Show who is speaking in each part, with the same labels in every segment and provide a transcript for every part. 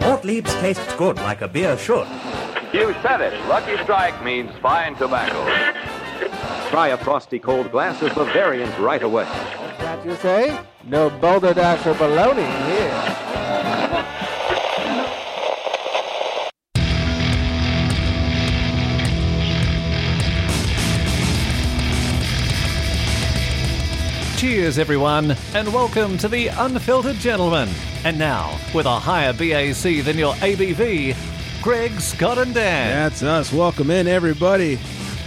Speaker 1: Gottlieb's tastes good like a beer should.
Speaker 2: You said it. Lucky Strike means fine tobacco.
Speaker 3: Try a frosty cold glass of Bavarian right away.
Speaker 4: Can't you say? No balderdash or baloney here.
Speaker 5: Cheers, everyone, and welcome to the Unfiltered Gentleman. And now, with a higher BAC than your ABV, Greg, Scott, and Dan.
Speaker 6: That's us. Welcome in, everybody.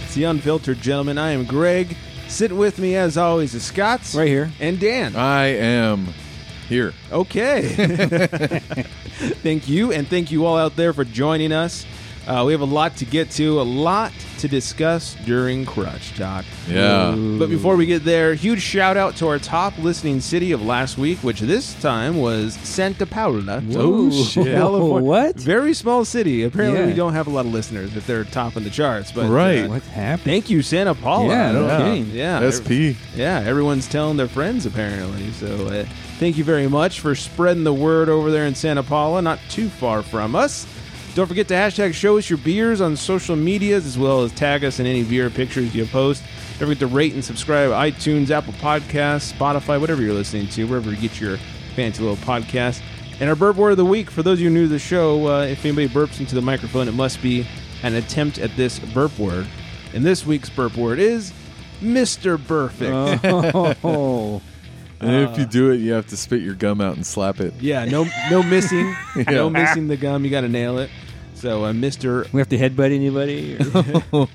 Speaker 6: It's the Unfiltered Gentleman. I am Greg. Sitting with me, as always, is Scott's.
Speaker 4: Right here.
Speaker 6: And Dan.
Speaker 7: I am here.
Speaker 6: Okay. thank you, and thank you all out there for joining us. Uh, we have a lot to get to, a lot to discuss during Crutch Talk.
Speaker 7: Yeah.
Speaker 6: But before we get there, huge shout out to our top listening city of last week, which this time was Santa Paula. Oh,
Speaker 4: Whoa.
Speaker 6: California.
Speaker 4: What?
Speaker 6: Very small city. Apparently,
Speaker 4: Yeah.
Speaker 6: we don't have a lot of listeners if they're top in the charts. But uh,
Speaker 7: Right.
Speaker 4: What's happening?
Speaker 6: Thank you, Santa Paula.
Speaker 4: Yeah, no
Speaker 6: yeah.
Speaker 4: kidding.
Speaker 6: Yeah,
Speaker 7: SP.
Speaker 6: yeah, everyone's telling their friends apparently. So uh, thank you very much for spreading the word over there in Santa Paula, not too far from us. Don't forget to hashtag show us your beers on social medias as well as tag us in any beer pictures you post. Don't forget to rate and subscribe iTunes, Apple Podcasts, Spotify, whatever you're listening to, wherever you get your fancy little podcast. And our burp word of the week, for those of you new to the show, uh, if anybody burps into the microphone, it must be an attempt at this burp word. And this week's burp word is Mr. Perfect.
Speaker 4: Oh,
Speaker 7: and if you do it, you have to spit your gum out and slap it.
Speaker 6: Yeah, no, no missing, no missing the gum. You got to nail it. So, uh, Mister,
Speaker 4: we have to headbutt anybody? Or?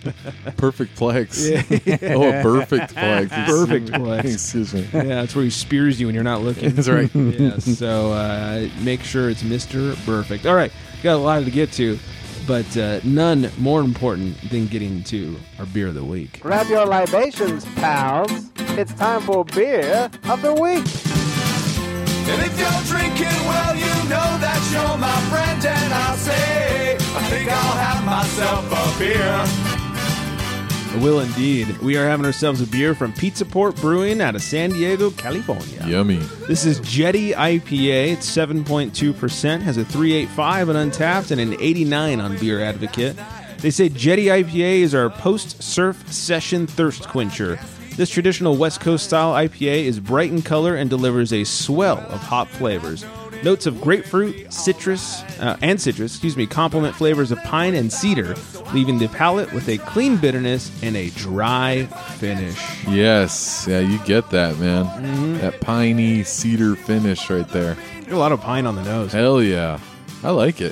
Speaker 7: Perfect plex. oh, a perfect plex.
Speaker 6: Perfect plex.
Speaker 7: Excuse me.
Speaker 6: yeah, that's where he spears you when you're not looking.
Speaker 7: That's right.
Speaker 6: yeah, so uh, make sure it's Mister Perfect. All right, got a lot to get to, but uh, none more important than getting to our beer of the week.
Speaker 4: Grab your libations, pals. It's time for beer of the week.
Speaker 2: And if you're drinking well, you know that you're my friend. And I say, I think I'll have myself a beer.
Speaker 6: Will indeed. We are having ourselves a beer from Pizza Port Brewing out of San Diego, California.
Speaker 7: Yummy.
Speaker 6: This is Jetty IPA. It's 7.2%, has a 385 on Untapped and an 89 on Beer Advocate. They say Jetty IPA is our post surf session thirst quencher. This traditional West Coast style IPA is bright in color and delivers a swell of hop flavors. Notes of grapefruit, citrus, uh, and citrus, excuse me, complement flavors of pine and cedar, leaving the palate with a clean bitterness and a dry finish.
Speaker 7: Yes. Yeah, you get that, man.
Speaker 6: Mm-hmm.
Speaker 7: That piney cedar finish right there.
Speaker 6: A lot of pine on the nose.
Speaker 7: Hell yeah. I like it.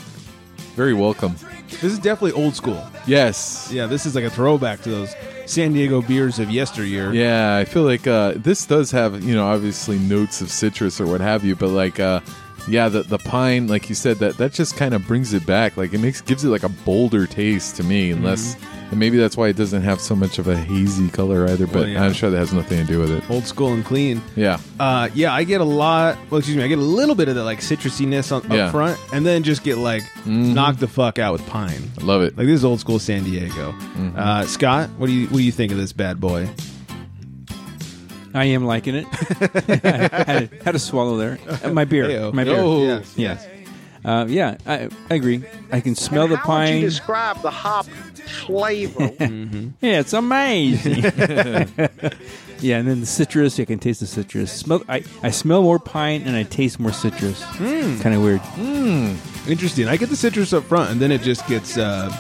Speaker 7: Very welcome.
Speaker 6: This is definitely old school.
Speaker 7: Yes.
Speaker 6: Yeah, this is like a throwback to those San Diego beers of yesteryear.
Speaker 7: Yeah, I feel like uh, this does have you know obviously notes of citrus or what have you, but like uh, yeah, the the pine, like you said, that that just kind of brings it back. Like it makes gives it like a bolder taste to me,
Speaker 6: Mm-hmm.
Speaker 7: unless and maybe that's why it doesn't have so much of a hazy color either. But
Speaker 6: Well, yeah.
Speaker 7: I'm sure that has nothing to do with it.
Speaker 6: Old school and clean.
Speaker 7: Yeah,
Speaker 6: Uh, yeah, I get a lot. Well, excuse me, I get a little bit of that like citrusiness on,
Speaker 7: Yeah. Mm-hmm.
Speaker 6: up front, and then just get like knocked the fuck out with pine.
Speaker 7: I love it. Mm-hmm.
Speaker 6: Like this is old school San Diego. Uh, Scott, what do you what do you think of this bad boy?
Speaker 8: I am liking it. had, a, had a swallow there. Uh, my beer.
Speaker 6: Heyo.
Speaker 8: My beer.
Speaker 6: Oh.
Speaker 8: Yes. Uh, yeah, I, I agree. I can smell the pine.
Speaker 9: describe the hop flavor?
Speaker 8: yeah, it's amazing. yeah, and then the citrus. I can taste the citrus. Smell. I, I smell more pine and I taste more citrus.
Speaker 6: Hmm.
Speaker 8: Kind of weird.
Speaker 6: Interesting. I get the citrus up front, and then it just gets uh,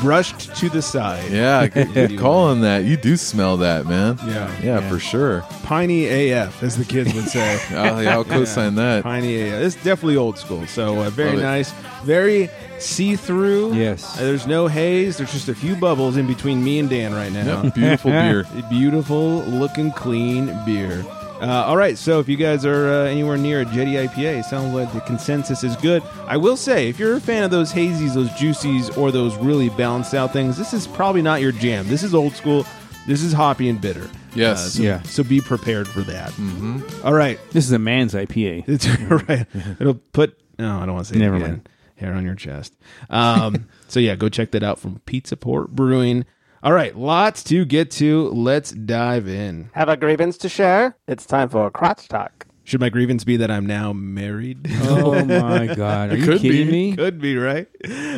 Speaker 6: brushed to the side.
Speaker 7: Yeah, good, good call on that. You do smell that, man.
Speaker 6: Yeah.
Speaker 7: yeah, for sure.
Speaker 6: Piney AF, as the kids would say.
Speaker 7: I'll, yeah, I'll co-sign that.
Speaker 6: Piney Ale. It's definitely old school. So uh, very
Speaker 7: Love it.
Speaker 6: nice, very see-through.
Speaker 8: Yes.
Speaker 6: Uh, there's no haze. There's just a few bubbles in between me and Dan right now.
Speaker 7: Yep, beautiful beer.
Speaker 6: A Beautiful, looking clean beer. Uh, all right, so if you guys are uh, anywhere near a Jetty IPA, it sounds like the consensus is good. I will say, if you're a fan of those hazies, those juicies, or those really balanced out things, this is probably not your jam. This is old school. This is hoppy and bitter. Uh,
Speaker 7: Yes.
Speaker 6: so,
Speaker 8: Yeah.
Speaker 6: So be prepared for that. Mm-hmm. right.
Speaker 8: This is a man's IPA.
Speaker 6: It's right. It'll put. No, I don't want to say.
Speaker 8: Never
Speaker 6: it again.
Speaker 8: mind.
Speaker 6: Hair on your chest. Um, so yeah, go check that out from Pizza Port Brewing. All right, lots to get to. Let's dive in.
Speaker 4: Have a grievance to share? It's time for crotch talk.
Speaker 6: Should my grievance be that I'm now married?
Speaker 8: Oh my god! Are you
Speaker 6: Could
Speaker 8: kidding
Speaker 6: be.
Speaker 8: me?
Speaker 6: Could be, right?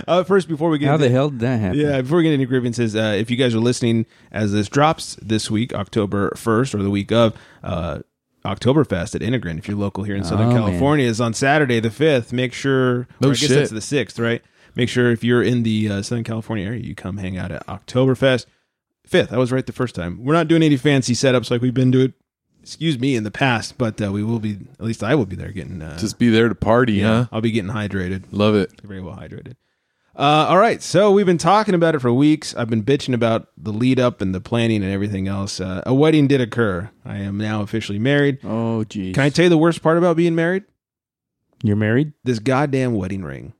Speaker 6: Uh, first, before we get
Speaker 8: How
Speaker 6: into-
Speaker 8: the hell did that happen?
Speaker 6: yeah, before we get into grievances, uh, if you guys are listening as this drops this week, October 1st or the week of, uh, Oktoberfest at Integrin, if you're local here in Southern
Speaker 8: Oh, man.
Speaker 6: California, is on Saturday the 5th. Make sure,
Speaker 7: No
Speaker 6: or I guess
Speaker 7: shit.
Speaker 6: that's the 6th, right? Make sure if you're in the uh, Southern California area, you come hang out at Oktoberfest. 5th, I was right the first time. We're not doing any fancy setups like we've been doing, excuse me, in the past, but uh, we will be, at least I will be there getting, uh,
Speaker 7: Just be there to party, huh?
Speaker 6: I'll be getting hydrated
Speaker 7: Love it.
Speaker 6: very well hydrated. Uh, all right, so we've been talking about it for weeks. I've been bitching about the lead up and the planning and everything else. Uh, a wedding did occur. I am now officially married.
Speaker 8: Oh geez.
Speaker 6: Can I tell you the worst part about being married?
Speaker 8: You're married?
Speaker 6: This goddamn wedding ring.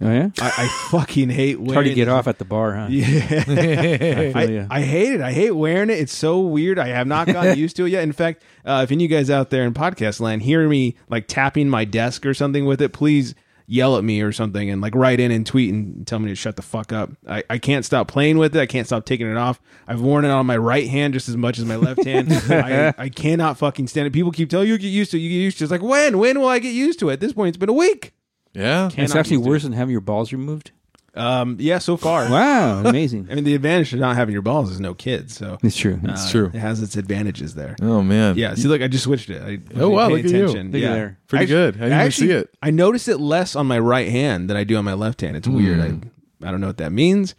Speaker 8: Oh yeah. It's
Speaker 6: I, I fucking hate wearing.
Speaker 8: hard to get
Speaker 6: it.
Speaker 8: off at the bar, huh?
Speaker 6: Yeah.
Speaker 8: feel
Speaker 6: I,
Speaker 8: ya.
Speaker 6: I hate it. I hate wearing it. It's so weird. I have not gotten used to it yet. In fact, uh, if any of you guys out there in podcast land hear me like tapping my desk or something with it, please yell at me or something and like write in and tweet and tell me to shut the fuck up. I, I can't stop playing with it. I can't stop taking it off. I've worn it on my right hand just as much as my left hand. I, I cannot fucking stand it. People keep telling you "You get used to it. You get used to it. It's like, when? When will I get used to it? At this point, it's been a week.
Speaker 7: Yeah.
Speaker 8: And it's
Speaker 6: Cannot
Speaker 8: actually
Speaker 6: use it.
Speaker 8: worse than having your balls removed.
Speaker 6: Um, yeah, so far.
Speaker 8: Wow,
Speaker 6: I
Speaker 8: amazing.
Speaker 6: mean, the advantage of not having your balls is no kids. So
Speaker 8: it's true.
Speaker 6: Uh,
Speaker 7: true.
Speaker 6: It has its advantages there.
Speaker 7: Oh man.
Speaker 6: Yeah. See, look, I just switched it. I
Speaker 7: Oh, wow,
Speaker 6: paid
Speaker 7: look at you.
Speaker 8: Look at
Speaker 6: yeah.
Speaker 8: there.
Speaker 7: Pretty
Speaker 6: Actu-
Speaker 7: good. I didn't even see it.
Speaker 6: I notice it less on my right hand than I do on my left hand.
Speaker 7: Hmm.
Speaker 6: It's weird. I I don't know what that means.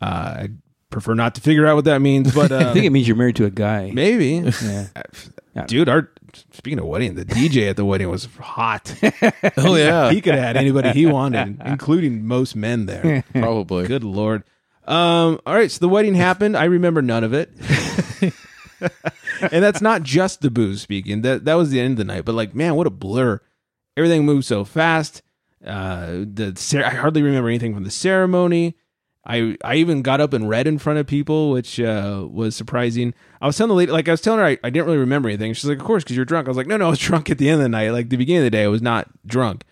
Speaker 6: Uh, I prefer not to figure out what that means, but uh,
Speaker 8: I think it means you're married to a guy.
Speaker 6: maybe.
Speaker 8: Yeah.
Speaker 6: Dude, our speaking of wedding, the DJ at the wedding was hot.
Speaker 7: Oh yeah.
Speaker 6: he could have had anybody he wanted, including most men there.
Speaker 7: Probably.
Speaker 6: Good lord. Um, all right, so the wedding happened. I remember none of it. and that's not just the booze speaking. That that was the end of the night. But like, man, what a blur. Everything moved so fast. Uh the cer- I hardly remember anything from the ceremony. I I even got up and read in front of people, which uh, was surprising. I was telling the lady, like I was telling her, I, I didn't really remember anything. She's like, "Of course, because you're drunk." I was like, "No, no, I was drunk at the end of the night. Like the beginning of the day, I was not drunk."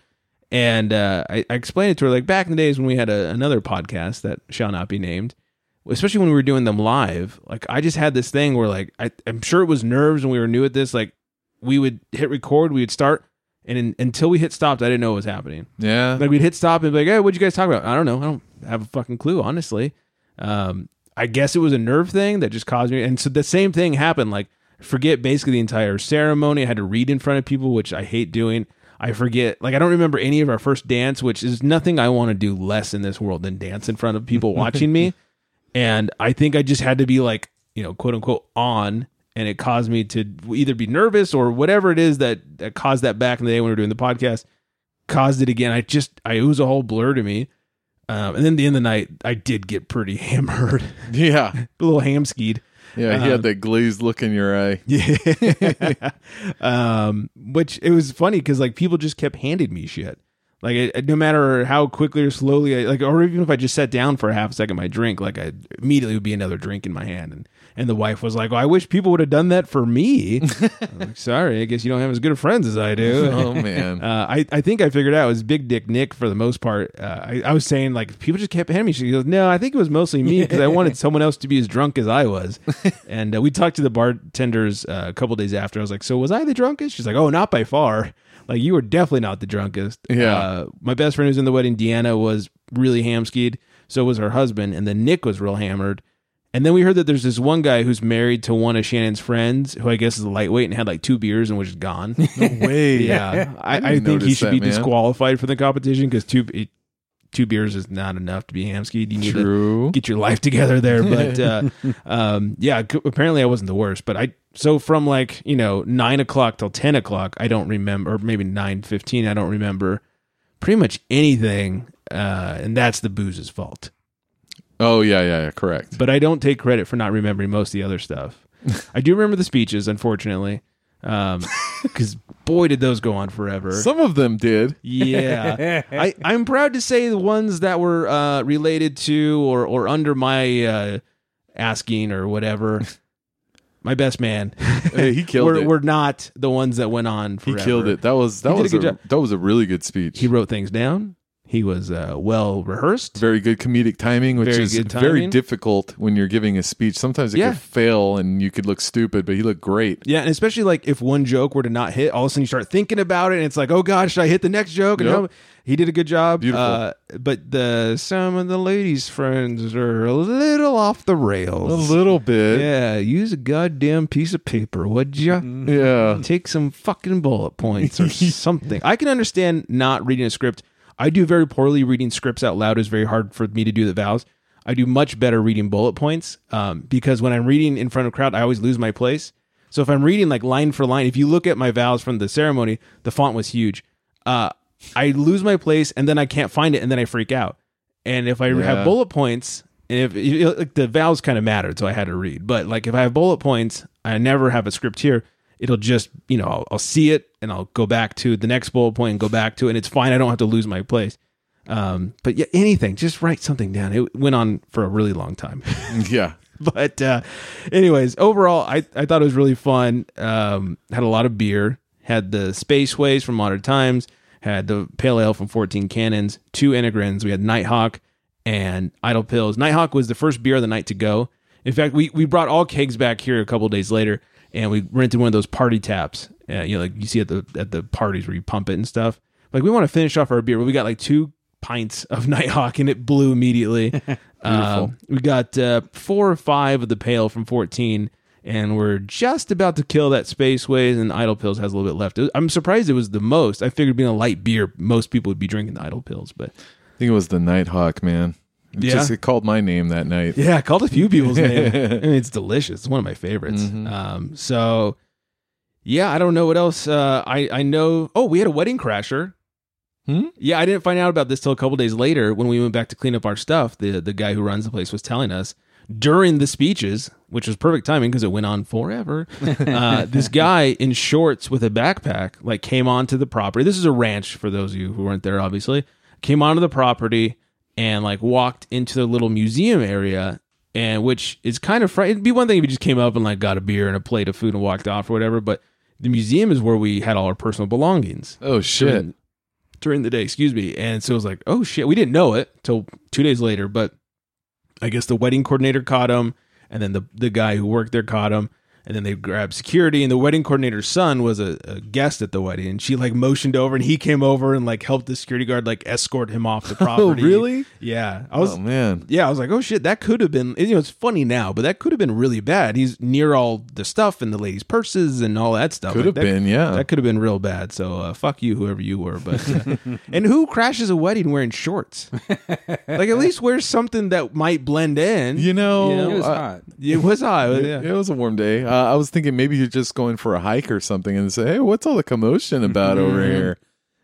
Speaker 6: And uh, I, I explained it to her, like back in the days when we had a, another podcast that shall not be named, especially when we were doing them live. Like I just had this thing where, like, I, I'm sure it was nerves when we were new at this. Like we would hit record, we would start, and in, until we hit stopped, I didn't know what was happening.
Speaker 7: Yeah.
Speaker 6: Like we'd hit stop and be like, "Hey, what'd you guys talk about?" I don't know. I don't have a fucking clue, honestly. Um, I guess it was a nerve thing that just caused me. And so the same thing happened. Like, forget basically the entire ceremony. I had to read in front of people, which I hate doing. I forget. Like, I don't remember any of our first dance, which is nothing I want to do less in this world than dance in front of people watching me. And I think I just had to be like, you know, quote unquote on. And it caused me to either be nervous or whatever it is that, that caused that back in the day when we were doing the podcast caused it again. I just, I, it was a whole blur to me. Um, and then the end of the night, I did get pretty hammered,
Speaker 7: Yeah.
Speaker 6: a little ham skied.
Speaker 7: Yeah.
Speaker 6: Uh-huh.
Speaker 7: He had that glazed look in your eye.
Speaker 6: Yeah. um, which it was funny because like people just kept handing me shit. Like it, it- no matter how quickly or slowly, I, like or even if I just sat down for a half second, my drink, like I immediately would be another drink in my hand. And and the wife was like, well, "I wish people would have done that for me." I'm like, Sorry, I guess you don't have as good of friends as I do.
Speaker 7: Oh man.
Speaker 6: Uh, I, I think I figured out it was Big Dick Nick for the most part. Uh, I, I was saying, like, people just kept handing me. shit. He goes, No, I think it was mostly me because I wanted someone else to be as drunk as I was. and uh, we talked to the bartenders uh, a couple days after. I was like, So was I the drunkest? She's like, Oh, not by far. Like, you were definitely not the drunkest.
Speaker 7: Yeah.
Speaker 6: Uh, my best friend who was in the wedding, Deanna, was really ham skied. So was her husband. And then Nick was real hammered. And then we heard that there's this one guy who's married to one of Shannon's friends, who I guess is a lightweight and had like two beers and was just gone.
Speaker 7: Way.
Speaker 6: Yeah, I, I,
Speaker 7: didn't
Speaker 6: think he
Speaker 7: notice
Speaker 6: should
Speaker 7: that,
Speaker 6: be
Speaker 7: man.
Speaker 6: disqualified from the competition because two it, two beers is not enough to be hamskied. You need
Speaker 7: True.
Speaker 6: to get your life together there. But uh, um, yeah, c- apparently I wasn't the worst. But I so from like you know nine o'clock till ten o'clock, I don't remember, or maybe nine fifteen, I don't remember pretty much anything, uh, and that's the booze's fault.
Speaker 7: Oh yeah. Yeah. yeah correct.
Speaker 6: But I don't take credit for not remembering most of the other stuff. I do remember the speeches, unfortunately. Because boy, did those go on forever.
Speaker 7: Some of them did.
Speaker 6: Yeah, I, I'm proud to say the ones that were uh, related to or or under my uh, asking or whatever. My best man,
Speaker 7: Hey, he killed
Speaker 6: were,
Speaker 7: it.
Speaker 6: were not the ones that went on.
Speaker 7: he
Speaker 6: Forever.
Speaker 7: killed it. That was that
Speaker 6: He did a
Speaker 7: was
Speaker 6: good
Speaker 7: a,
Speaker 6: job.
Speaker 7: that was a really good speech.
Speaker 6: He wrote things down. He was uh, well rehearsed.
Speaker 7: Very good comedic timing, which
Speaker 6: Very
Speaker 7: is
Speaker 6: good
Speaker 7: very
Speaker 6: timing.
Speaker 7: difficult when you're giving a speech. Sometimes it
Speaker 6: Yeah.
Speaker 7: could fail and you could look stupid, but he looked great.
Speaker 6: Yeah, and especially like if one joke were to not hit, all of a sudden you start thinking about it, and it's like, oh gosh, should I hit the next joke? And
Speaker 7: Yep.
Speaker 6: no, he did a good job.
Speaker 7: Beautiful.
Speaker 6: Uh, but the some of the ladies' friends are a little off the rails.
Speaker 7: A little bit.
Speaker 6: Yeah, use a goddamn piece of paper, would ya?
Speaker 7: Mm-hmm. Yeah.
Speaker 6: Take some fucking bullet points or something. I can understand not reading a script. I do very poorly reading scripts out loud. is very hard for me to do the vowels. I do much better reading bullet points um, because when I'm reading in front of a crowd, I always lose my place. So if I'm reading like line for line, if you look at my vowels from the ceremony, the font was huge. Uh, I lose my place and then I can't find it and then I freak out. And if I
Speaker 7: Yeah.
Speaker 6: have bullet points, and if you- you- like the vowels kind of mattered, so I had to read. But like if I have bullet points, I never have a script here. It'll just you know I'll, I'll see it and I'll go back to the next bullet point and go back to it. And it's fine. I don't have to lose my place. Um, but yeah, anything. Just write something down. It went on for a really long time.
Speaker 7: Yeah.
Speaker 6: but uh, anyways, overall, I, I thought it was really fun. Um, had a lot of beer. Had the Spaceways from Modern Times. Had the Pale Ale from 14 Cannons. Two Enneagrams. We had Nighthawk and Idle Pills. Nighthawk was the first beer of the night to go. In fact, we, we brought all kegs back here a couple days later, and we rented one of those party taps. Uh, you know, like you see at the at the parties where you pump it and stuff. Like we want to finish off our beer, but we got like two pints of Nighthawk, and it blew immediately. Um, we got uh, four or five of the pail from 14, and we're just about to kill that Spaceways, and Idle Pills has a little bit left. It- I'm surprised it was the most. I figured being a light beer, most people would be drinking the Idle Pills, but
Speaker 7: I think it was the Nighthawk, man. It
Speaker 6: Yeah.
Speaker 7: just it called my name that night.
Speaker 6: yeah, I called a few people's name. I mean, it's delicious. It's one of my favorites. Um, so, yeah, I don't know what else. Uh, I I know. Oh, we had a wedding crasher.
Speaker 7: Hmm?
Speaker 6: Yeah, I didn't find out about this till a couple days later when we went back to clean up our stuff. The the guy who runs the place was telling us during the speeches, which was perfect timing because it went on forever. uh, this guy in shorts with a backpack like came onto the property. This is a ranch for those of you who weren't there, obviously. Came onto the property and like walked into their little museum area and which is kind of frightening. It'd be one thing if you just came up and like got a beer and a plate of food and walked off or whatever, but the museum is where we had all our personal belongings
Speaker 7: Oh shit.
Speaker 6: during, during the day, excuse me. And so it was like, oh shit, we didn't know it till two days later, but I guess the wedding coordinator caught him, and then the the guy who worked there caught him, and then they grabbed security. And the wedding coordinator's son was a, a guest at the wedding, and she like motioned over, and he came over and like helped the security guard like escort him off the property.
Speaker 7: Oh, really?
Speaker 6: Yeah, I was
Speaker 7: Oh man.
Speaker 6: yeah, I was like, oh shit, that could have been. You know, it's funny now, but that could have been really bad. He's near all the stuff and the ladies' purses and all that stuff.
Speaker 7: Could
Speaker 6: Like,
Speaker 7: have
Speaker 6: that-
Speaker 7: been, yeah.
Speaker 6: that could have been real bad. So uh, fuck you, whoever you were. But uh, and who crashes a wedding wearing shorts? like at least wear something that might blend in.
Speaker 7: You know,
Speaker 8: It was
Speaker 7: I-
Speaker 8: hot.
Speaker 6: it was I.
Speaker 7: It- It was a warm day. Uh, I was thinking maybe you're just going for a hike or something and say, hey, what's all the commotion about over here?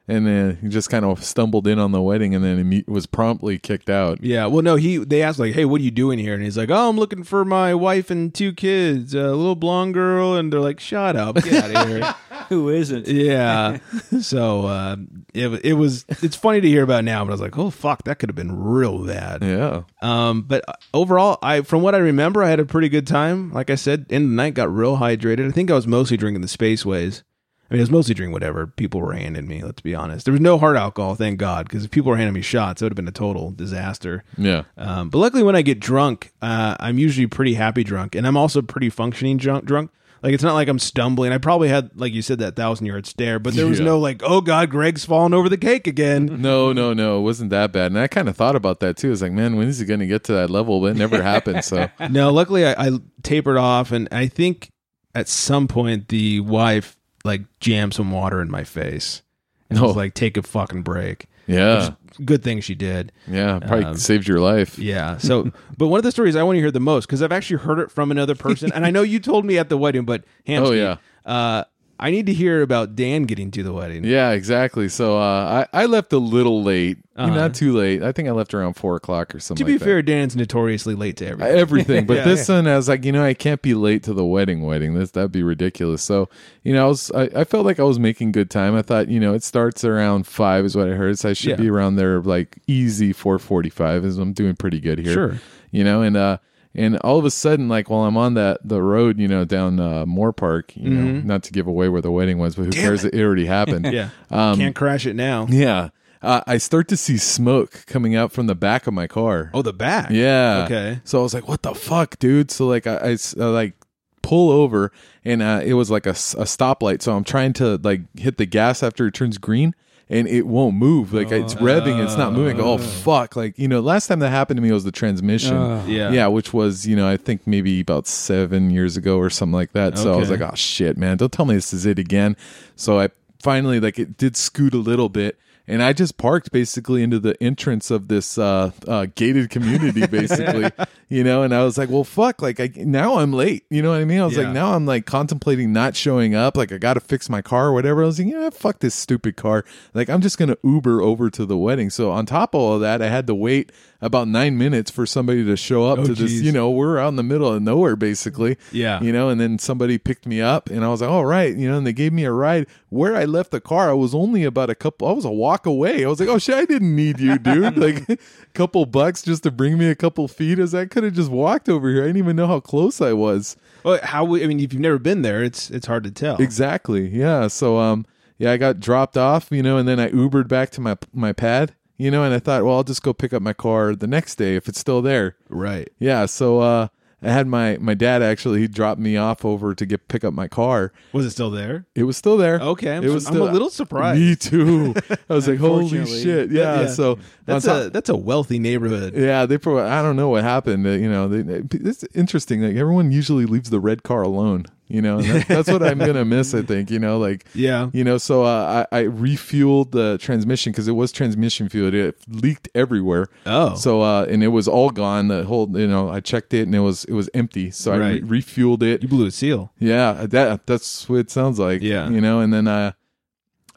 Speaker 7: And then he just kind of stumbled in on the wedding and then imme- was promptly kicked out.
Speaker 6: Yeah, well, no, he they asked like, "Hey, what are you doing here?" And he's like, "Oh, I'm looking for my wife and two kids, a little blonde girl." And they're like, "Shut up, get out of here."
Speaker 8: Who isn't?
Speaker 6: Yeah. so uh, it wa- it was it's funny to hear about now, but I was like, oh fuck, that could have been real bad.
Speaker 7: Yeah.
Speaker 6: Um, but uh, overall, I from what I remember, I had a pretty good time. Like I said, in the night, got real hydrated. I think I was mostly drinking the spaceways. I mean, I was mostly drinking whatever people were handing me. Let's be honest, there was no hard alcohol, thank God, because if people were handing me shots, it would have been a total disaster.
Speaker 7: Yeah.
Speaker 6: Um, but luckily, when I get drunk, uh, I'm usually pretty happy drunk, and I'm also pretty functioning drunk. Drunk, like it's not like I'm stumbling. I probably had, like you said, that thousand yard stare, but there was
Speaker 7: Yeah.
Speaker 6: no like, oh god, Greg's falling over the cake again.
Speaker 7: No, no, no. It wasn't that bad. And I kind of thought about that too. I was like, man, when is he going to get to that level? But it never happened. So,
Speaker 6: no, luckily I, I tapered off, and I think at some point the wife like jammed some water in my face and
Speaker 7: No.
Speaker 6: was like, take a fucking break.
Speaker 7: yeah.
Speaker 6: Good thing she did.
Speaker 7: Yeah. Probably
Speaker 6: Um,
Speaker 7: saved your life.
Speaker 6: Yeah. So, but one of the stories I want to hear the most because I've actually heard it from another person, and I know you told me at the wedding, but Hamsky,
Speaker 7: Oh, yeah.
Speaker 6: uh, I need to hear about Dan getting to the wedding.
Speaker 7: Yeah, exactly. So uh, I, I left a little late. Not too late. I think I left around four o'clock
Speaker 6: Uh-huh.
Speaker 7: or
Speaker 6: To
Speaker 7: something.
Speaker 6: be
Speaker 7: like that.
Speaker 6: fair, Dan's notoriously late to everything.
Speaker 7: everything. But
Speaker 6: Yeah.
Speaker 7: this one, I was like, you know, I can't be late to the wedding. Wedding, this that'd be ridiculous. So, you know, I was, I, I felt like I was making good time. I thought, you know, it starts around five is what I heard. So I should
Speaker 6: Yeah.
Speaker 7: be around there like easy four forty five. Is I'm doing pretty good here.
Speaker 6: Sure.
Speaker 7: You know, and uh, and all of a sudden, like while I'm on that the road, you know, down uh, Moore Park, you
Speaker 6: Mm-hmm.
Speaker 7: know, not to give away where the wedding was, but who cares? It. already happened.
Speaker 6: Yeah. Can't crash it now.
Speaker 7: Yeah. uh, I start to see smoke coming out from the back of my car.
Speaker 6: Oh, the back.
Speaker 7: Yeah.
Speaker 6: Okay.
Speaker 7: So I was like, "What the fuck, dude?" So like, I, I s- I, like pull over, and uh, it was like a, s- a stoplight. So I'm trying to like hit the gas after it turns green, and it won't move. Like it's revving, and it's not moving. I go, "Oh fuck!" Like you know, last time that happened to me was the transmission.
Speaker 6: Oh. Yeah.
Speaker 7: Yeah, which was you know I think maybe about seven years ago or something like that. So I was
Speaker 6: Okay.
Speaker 7: like, "Oh shit, man! Don't tell me this is it again." So I finally like it did scoot a little bit. And I just parked basically into the entrance of this uh, uh, gated community, basically, you know. And I was like, "Well, fuck!" Like, I now I'm late. You know what I mean? I was
Speaker 6: Yeah.
Speaker 7: like, now I'm like contemplating not showing up. Like, I got to fix my car or whatever. I was like, "You know, fuck this stupid car. Like, I'm just gonna Uber over to the wedding." So on top of all that, I had to wait about nine minutes for somebody to show up
Speaker 6: Oh,
Speaker 7: to this.
Speaker 6: geez.
Speaker 7: You know, we're out in the middle of nowhere, basically.
Speaker 6: Yeah.
Speaker 7: You know, and then somebody picked me up, and I was like, "All right," you know. And they gave me a ride. Where I left the car, I was only about a couple. I was a walk away. I was like, "Oh shit, I didn't need you, dude." like, a couple bucks just to bring me a couple feet. As I could have just walked over here. I didn't even know how close I was.
Speaker 6: Well, how? would- I mean, if you've never been there, it's it's hard to tell.
Speaker 7: Exactly. Yeah. So um yeah, I got dropped off, you know, and then I Ubered back to my my pad, you know, and I thought, well, I'll just go pick up my car the next day if it's still there.
Speaker 6: Right.
Speaker 7: Yeah. So uh I had my my dad actually he dropped me off over to get pick up my car.
Speaker 6: Was it still there?
Speaker 7: It was still there.
Speaker 6: Okay, I'm
Speaker 7: it
Speaker 6: su-
Speaker 7: was
Speaker 6: I'm a little surprised.
Speaker 7: Me too. I was like, holy
Speaker 6: Unfortunately.
Speaker 7: shit. Yeah.
Speaker 6: Yeah.
Speaker 7: So
Speaker 6: That's
Speaker 7: on top-
Speaker 6: a that's a wealthy neighborhood.
Speaker 7: yeah, they probably. I don't know what happened. uh, You know, they, it's interesting. Like everyone usually leaves the red car alone. You know, and that, that's what I'm gonna miss. I think. You know, like
Speaker 6: Yeah.
Speaker 7: You know, so uh, I, I refueled the transmission because it was transmission fueled. It leaked everywhere.
Speaker 6: Oh.
Speaker 7: so uh, and it was all gone. The whole, you know, I checked it and it was it was empty. So
Speaker 6: Right.
Speaker 7: I re- refueled it.
Speaker 6: You blew a seal.
Speaker 7: Yeah, that that's what it sounds like.
Speaker 6: Yeah.
Speaker 7: you know, and then uh,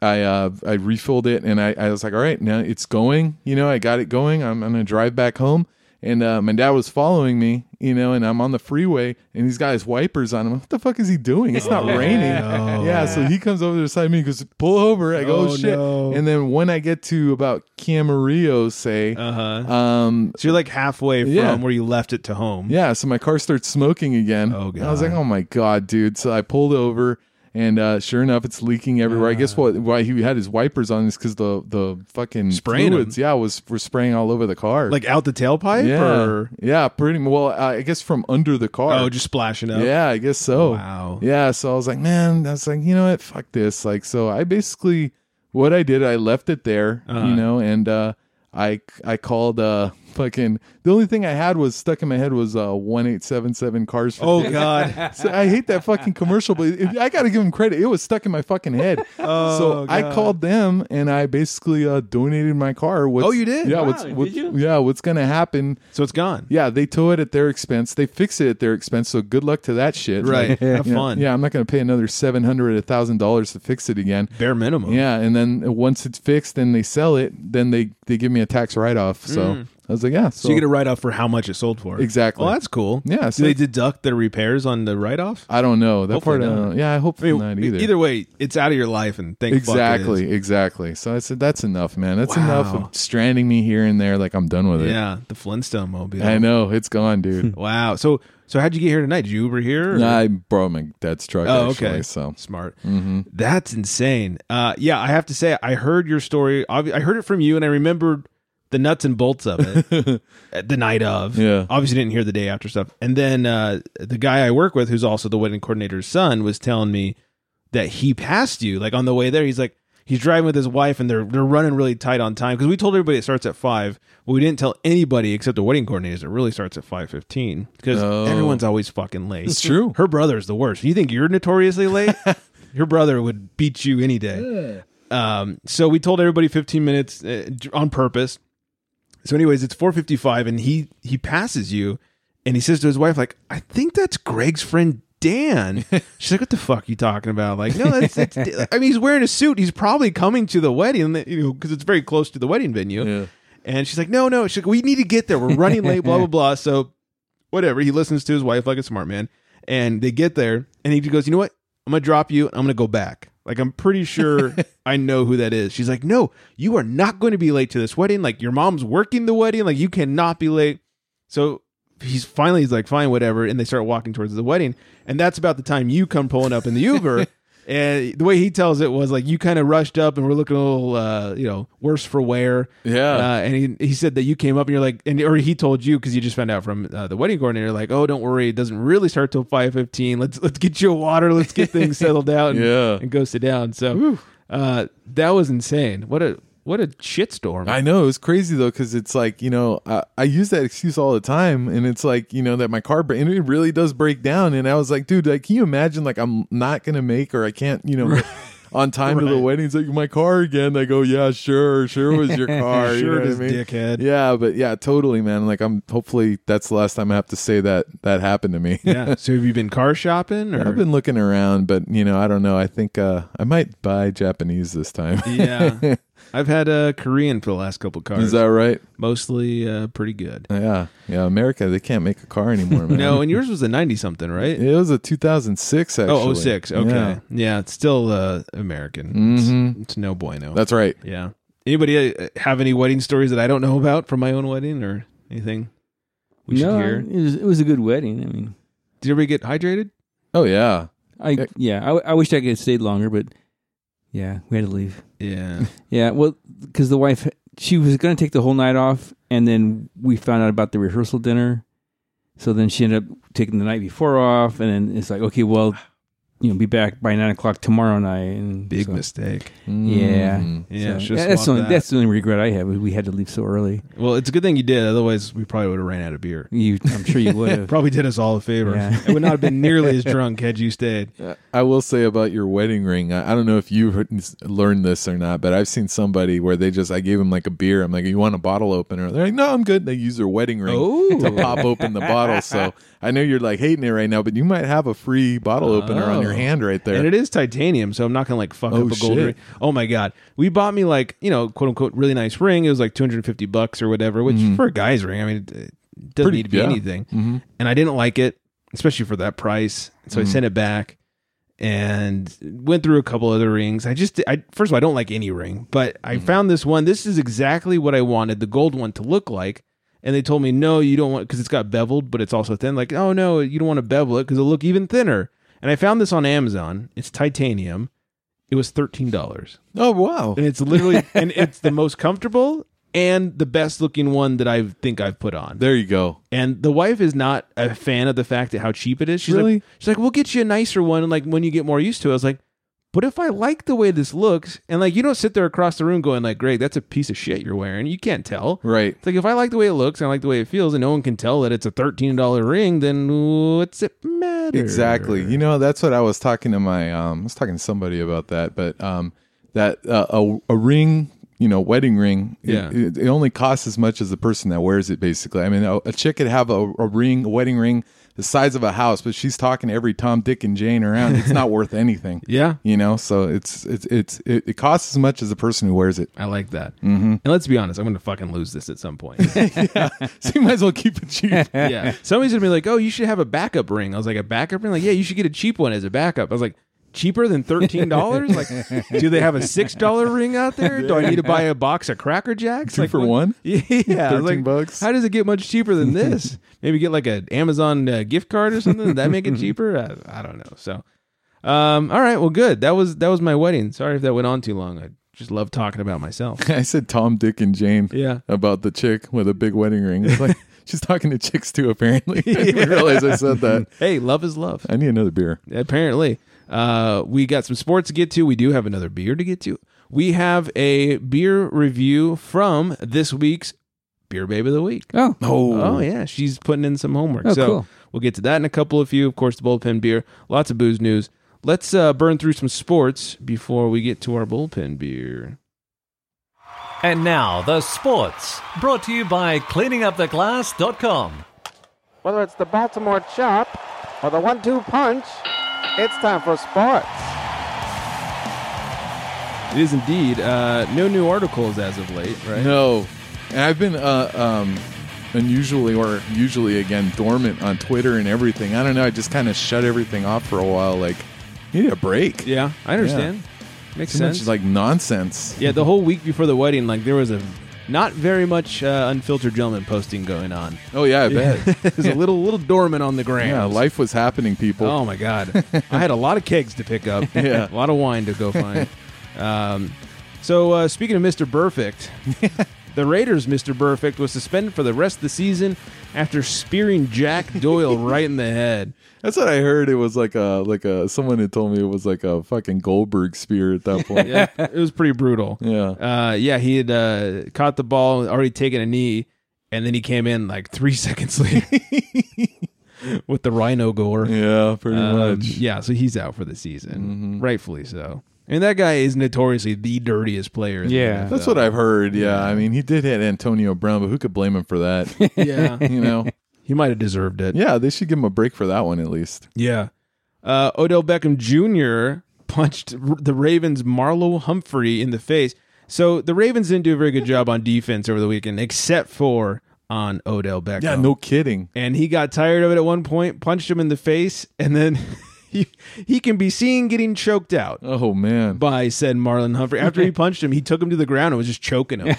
Speaker 7: I uh, I refilled it, and I, I was like, all right, now it's going. You know, I got it going. I'm, I'm gonna drive back home, and uh, my dad was following me. You know, and I'm on the freeway, and he's got his wipers on him. What the fuck is he doing? It's not
Speaker 6: Oh,
Speaker 7: raining. Yeah, so he comes over to the side of me, and goes, pull over. I go,
Speaker 6: Oh,
Speaker 7: oh, shit.
Speaker 6: no.
Speaker 7: And then when I get to about Camarillo, say,
Speaker 6: huh.
Speaker 7: um,
Speaker 6: So you're like halfway from
Speaker 7: Yeah.
Speaker 6: where you left it to home.
Speaker 7: yeah, so my car starts smoking again.
Speaker 6: Oh, God.
Speaker 7: I was like, oh my god, dude. So I pulled over, and uh, sure enough, it's leaking everywhere. I guess what why he had his wipers on is because the the fucking
Speaker 6: Spraying 'em.
Speaker 7: fluids, yeah, was were spraying all over the car.
Speaker 6: Like out the tailpipe
Speaker 7: yeah,
Speaker 6: or
Speaker 7: yeah, pretty mu- well. I guess from under the car.
Speaker 6: oh, just splashing up.
Speaker 7: Yeah, I guess so.
Speaker 6: Wow.
Speaker 7: Yeah, so I was like, man, I was like, you know what? Fuck this. Like, so I basically what I did, I left it there,
Speaker 6: Uh-huh.
Speaker 7: you know, and uh I I called uh fucking the only thing I had was stuck in my head was uh one eight seven seven cars. For
Speaker 6: Oh
Speaker 7: Kids.
Speaker 6: God.
Speaker 7: So I hate that fucking commercial, but it, I got to give them credit. It was stuck in my fucking head.
Speaker 6: Oh,
Speaker 7: so I
Speaker 6: God.
Speaker 7: called them and I basically uh, donated my car. What's,
Speaker 6: Oh, you did?
Speaker 7: Yeah.
Speaker 6: Wow,
Speaker 7: what's,
Speaker 8: did
Speaker 7: what-
Speaker 8: you?
Speaker 7: Yeah. What's gonna happen?
Speaker 6: so it's gone.
Speaker 7: Yeah, they tow it at their expense. They fix it at their expense. So good luck to that shit.
Speaker 6: Right.
Speaker 7: Like,
Speaker 6: Have
Speaker 7: you know,
Speaker 6: fun.
Speaker 7: Yeah, I'm not going to pay another seven hundred, a thousand dollars to fix it again.
Speaker 6: Bare minimum.
Speaker 7: Yeah, and then once it's fixed and they sell it, then they they give me a tax write off. So I was like, yeah.
Speaker 6: Mm.
Speaker 7: So,
Speaker 6: So you get a write off for how much it sold for.
Speaker 7: Exactly.
Speaker 6: Well, that's cool.
Speaker 7: Yeah,
Speaker 6: So
Speaker 7: so-
Speaker 6: they deduct their repairs on the write off.
Speaker 7: I don't know that
Speaker 6: Hopefully
Speaker 7: part. I
Speaker 6: not.
Speaker 7: don't know. Yeah, I hope
Speaker 6: I mean, e-
Speaker 7: not either.
Speaker 6: Either way, it's out of your life, and thank fuck it
Speaker 7: exactly,
Speaker 6: is.
Speaker 7: exactly. So I said, that's enough, man. That's
Speaker 6: Wow.
Speaker 7: enough of stranding me here and there. Like I'm done with it.
Speaker 6: Yeah, the Flintstone mobile.
Speaker 7: I know it's gone, dude.
Speaker 6: Wow. So so how'd you get here tonight? Did you Uber here? or-
Speaker 7: I borrowed my dad's truck.
Speaker 6: Oh,
Speaker 7: actually,
Speaker 6: okay.
Speaker 7: So
Speaker 6: Smart. That's insane. Uh, yeah, I have to say, I heard your story. Obvi- I heard it from you, and I remembered the nuts and bolts of it uh, the night of.
Speaker 7: Yeah.
Speaker 6: Obviously, didn't hear the day after stuff. And then uh, the guy I work with, who's also the wedding coordinator's son, was telling me that he passed you. Like on the way there, he's like, he's driving with his wife, and they're they're running really tight on time because we told everybody it starts at five. But we didn't tell anybody except the wedding coordinators it really starts at five fifteen because
Speaker 7: Oh.
Speaker 6: everyone's always fucking late.
Speaker 7: It's true.
Speaker 6: Her brother's the worst. You think you're notoriously late? Your brother would beat you any day. Um, so we told everybody 15 minutes uh, d- on purpose. So, anyways, it's 4:55, and he he passes you, and he says to his wife, "Like, I think that's Greg's friend Dan." She's like, "What the fuck you talking about?" Like, no, that's, that's I mean, he's wearing a suit. He's probably coming to the wedding, you know, because it's very close to the wedding venue.
Speaker 7: Yeah.
Speaker 6: And she's like, "No, no." She's like, "We need to get there. We're running late." Blah blah blah. So, whatever. He listens to his wife like a smart man, and they get there, and he goes, "You know what? I'm gonna drop you. And I'm gonna go back. Like I'm pretty sure I know who that is." She's like, "No, you are not going to be late to this wedding. Like your mom's working the wedding. Like you cannot be late." So he's finally he's like, "Fine, whatever," and they start walking towards the wedding, and that's about the time you come pulling up in the Uber. And the way he tells it was like you kind of rushed up and we're looking a little, uh, you know, worse for wear.
Speaker 7: Yeah.
Speaker 6: Uh, and he, he said that you came up and you're like, and or he told you because you just found out from uh, the wedding coordinator, like, oh, don't worry, it doesn't really start till five fifteen. Let's let's get you a water, let's get things settled out, and,
Speaker 7: Yeah.
Speaker 6: and go sit down. So uh, that was insane. What a what a shitstorm.
Speaker 7: I know it was crazy though, because it's like you know I, I use that excuse all the time, and it's like you know that my car bra- and it really does break down, and I was like, dude, like can you imagine like I'm not gonna make or I can't you know. On time to the wedding, it's like my car again. They go, yeah, sure, sure was your car. you
Speaker 6: Sure
Speaker 7: know
Speaker 6: it
Speaker 7: what I
Speaker 6: is,
Speaker 7: mean?
Speaker 6: dickhead.
Speaker 7: Yeah, but yeah, totally, man. Like I'm hopefully that's the last time I have to say that that happened to me.
Speaker 6: yeah. So have you been car shopping? Or?
Speaker 7: I've been looking around, but you know, I don't know. I think uh, I might buy Japanese this time.
Speaker 6: yeah. I've had uh, Korean for the last couple cars.
Speaker 7: Is that right?
Speaker 6: mostly uh, pretty good.
Speaker 7: Yeah, yeah. America, they can't make a car anymore, man.
Speaker 6: No, and yours was a 90 something, right?
Speaker 7: It was a 2006, actually.
Speaker 6: oh, 06. Okay.
Speaker 7: Yeah. Mm-hmm.
Speaker 6: Yeah, it's still uh, American. It's, it's no bueno.
Speaker 7: That's right.
Speaker 6: yeah. Anybody uh, have any wedding stories that I don't know about from my own wedding or anything we should
Speaker 8: no,
Speaker 6: hear?
Speaker 8: It was, it was a good wedding. I mean,
Speaker 6: Did everybody get hydrated?
Speaker 7: Oh, yeah.
Speaker 8: I yeah, I, I wish I could have stayed longer, but yeah, we had to leave.
Speaker 6: Yeah.
Speaker 8: Yeah, well, because the wife she was going to take the whole night off, and then we found out about the rehearsal dinner, so then she ended up taking the night before off, and then it's like, okay, well, you know, be back by nine o'clock tomorrow night. And
Speaker 6: Big
Speaker 8: so-
Speaker 6: mistake.
Speaker 8: Yeah.
Speaker 7: Mm-hmm.
Speaker 6: Yeah.
Speaker 8: So,
Speaker 6: should've
Speaker 8: yeah, that's the
Speaker 6: swapped
Speaker 8: only,
Speaker 6: that.
Speaker 8: that's the only regret I have. is We had to leave so early.
Speaker 6: well, it's a good thing you did. Otherwise, we probably would have ran out of beer.
Speaker 8: You, I'm sure you would have.
Speaker 6: Probably did us all a favor.
Speaker 8: Yeah.
Speaker 6: I would not have been nearly as drunk had you stayed.
Speaker 7: I will say about your wedding ring. I, I don't know if you heard- learned this or not, but I've seen somebody where they just I gave him like a beer. I'm like, you want a bottle opener? They're like, no, I'm good. They use their wedding ring to
Speaker 6: Oh.
Speaker 7: pop open the bottle. So I know you're like hating it right now, but you might have a free bottle opener on your hand right there.
Speaker 6: Oh. And it is titanium, so I'm not gonna like fuck
Speaker 7: Oh,
Speaker 6: up a gold
Speaker 7: shit.
Speaker 6: ring. Oh my god, we bought me like you know quote unquote really nice ring. It was like 250 bucks or whatever, which
Speaker 7: Mm-hmm.
Speaker 6: for a guy's ring, I mean, it, it doesn't
Speaker 7: Pretty-
Speaker 6: need to be
Speaker 7: yeah. Mm-hmm.
Speaker 6: anything. And I didn't like it, especially for that price. So I sent it back and went through a couple other rings. I just I first of all I don't like any ring, but I
Speaker 7: Mm-hmm.
Speaker 6: found this one. This is exactly what I wanted the gold one to look like. And they told me no, you don't want because it's got beveled, but it's also thin. Like oh no, you don't want to bevel it because it'll look even thinner. And I found this on Amazon. It's titanium. It was thirteen dollars,
Speaker 7: oh wow.
Speaker 6: and it's literally and it's the most comfortable and the best looking one that I think I've put on.
Speaker 7: There you go.
Speaker 6: And the wife is not a fan of the fact that how cheap it is. She's
Speaker 7: Really?
Speaker 6: like, she's like, we'll get you a nicer one, like when you get more used to it. I was like, but if I like the way this looks, and like you don't sit there across the room going like, Greg, that's a piece of shit you're wearing. You can't tell.
Speaker 7: Right.
Speaker 6: It's like if I like the way it looks and I like the way it feels, and no one can tell that it's a thirteen dollar ring, then what's it matter?
Speaker 7: Exactly. You know, that's what I was talking to my um I was talking to somebody about that, but um that uh, a a ring, you know, wedding ring, it-
Speaker 6: Yeah.
Speaker 7: it, it only costs as much as the person that wears it basically. I mean, a, a chick could have a, a ring, a wedding ring the size of a house, but she's talking to every Tom, Dick and Jane around. It's not worth anything.
Speaker 6: Yeah.
Speaker 7: You know, so it's it's it's it, it costs as much as the person who wears it.
Speaker 6: I like that.
Speaker 7: Mm-hmm.
Speaker 6: And let's be honest, I'm going to fucking lose this at some point.
Speaker 7: So you might as well keep it cheap.
Speaker 6: yeah. Somebody's going to be like, oh, you should have a backup ring. I was like, a backup ring? Like, yeah, you should get a cheap one as a backup. I was like, cheaper than $13? like, do they have a $6 ring out there? Do I need to buy a box of Cracker Jacks?
Speaker 7: Two
Speaker 6: like,
Speaker 7: for
Speaker 6: what-
Speaker 7: one?
Speaker 6: Yeah. I was
Speaker 7: 13
Speaker 6: like,
Speaker 7: bucks?
Speaker 6: How does it get much cheaper than this? Maybe get like an Amazon uh, gift card or something. Did that make it cheaper? I, I don't know. So, um, all right. Well, good. That was, that was my wedding. Sorry if that went on too long. I just love talking about myself.
Speaker 7: I said Tom, Dick, and Jane.
Speaker 6: Yeah.
Speaker 7: About the chick with a big wedding ring. It's like she's talking to chicks too. Apparently, I didn't realize I said that.
Speaker 6: Hey, love is love.
Speaker 7: I need another beer.
Speaker 6: apparently. Uh, we got some sports to get to. We do have another beer to get to. We have a beer review from this week's Beer Babe of the Week.
Speaker 8: Oh,
Speaker 6: Oh, yeah. She's putting in some homework.
Speaker 8: Oh,
Speaker 6: so
Speaker 8: cool.
Speaker 6: we'll get to that in a couple of few. Of course, the bullpen beer, lots of booze news. Let's uh, burn through some sports before we get to our bullpen beer.
Speaker 5: And now, the sports, brought to you by cleaninguptheglass.com.
Speaker 4: Whether it's the Baltimore chop or the one-two punch, it's time for sports.
Speaker 6: It is indeed. Uh, no new articles as of late, right?
Speaker 7: No, and I've been uh, um, unusually or usually again dormant on Twitter and everything. I don't know. I just kind of shut everything off for a while. Like, you need a break.
Speaker 6: Yeah, I understand. Makes
Speaker 7: Too
Speaker 6: sense.
Speaker 7: much like nonsense.
Speaker 6: Yeah, the whole week before the wedding, like there was a Not very much uh, unfiltered gentleman posting going on.
Speaker 7: Oh yeah, I bet.
Speaker 6: There's a little little dormant on the ground.
Speaker 7: yeah, life was happening, people.
Speaker 6: Oh my god, I had a lot of kegs to pick up.
Speaker 7: Yeah.
Speaker 6: a lot of wine to go find. um, so uh, speaking of Mr. Perfect, the Raiders' Mr. Perfect was suspended for the rest of the season after spearing Jack Doyle right in the head.
Speaker 7: That's what I heard. It was like a like a someone had told me it was like a fucking Goldberg spear at that point.
Speaker 6: Yeah, it was pretty brutal.
Speaker 7: Yeah.
Speaker 6: Uh, yeah, he had uh, caught the ball, already taken a knee, and then he came in like three seconds later with the rhino gore.
Speaker 7: Yeah, pretty
Speaker 6: Um,
Speaker 7: much.
Speaker 6: yeah, so he's out for the season,
Speaker 7: Mm-hmm.
Speaker 6: rightfully so. And that guy is notoriously the dirtiest player. in the
Speaker 4: Yeah.
Speaker 7: That's
Speaker 6: NFL.
Speaker 7: what I've heard. Yeah. I mean, he did hit Antonio Brown, but who could blame him for that?
Speaker 6: Yeah,
Speaker 7: you know?
Speaker 6: he might have deserved it.
Speaker 7: Yeah, they should give him a break for that one at least.
Speaker 6: Yeah. Uh, Odell Beckham Jr. punched R- the Ravens' Marlo Humphrey in the face. So the Ravens didn't do a very good job on defense over the weekend, except for on Odell Beckham.
Speaker 7: Yeah, no kidding.
Speaker 6: and he got tired of it at one point, punched him in the face, and then he he can be seen getting choked out
Speaker 7: Oh man.
Speaker 6: by said Marlon Humphrey. After he punched him, he took him to the ground and was just choking him,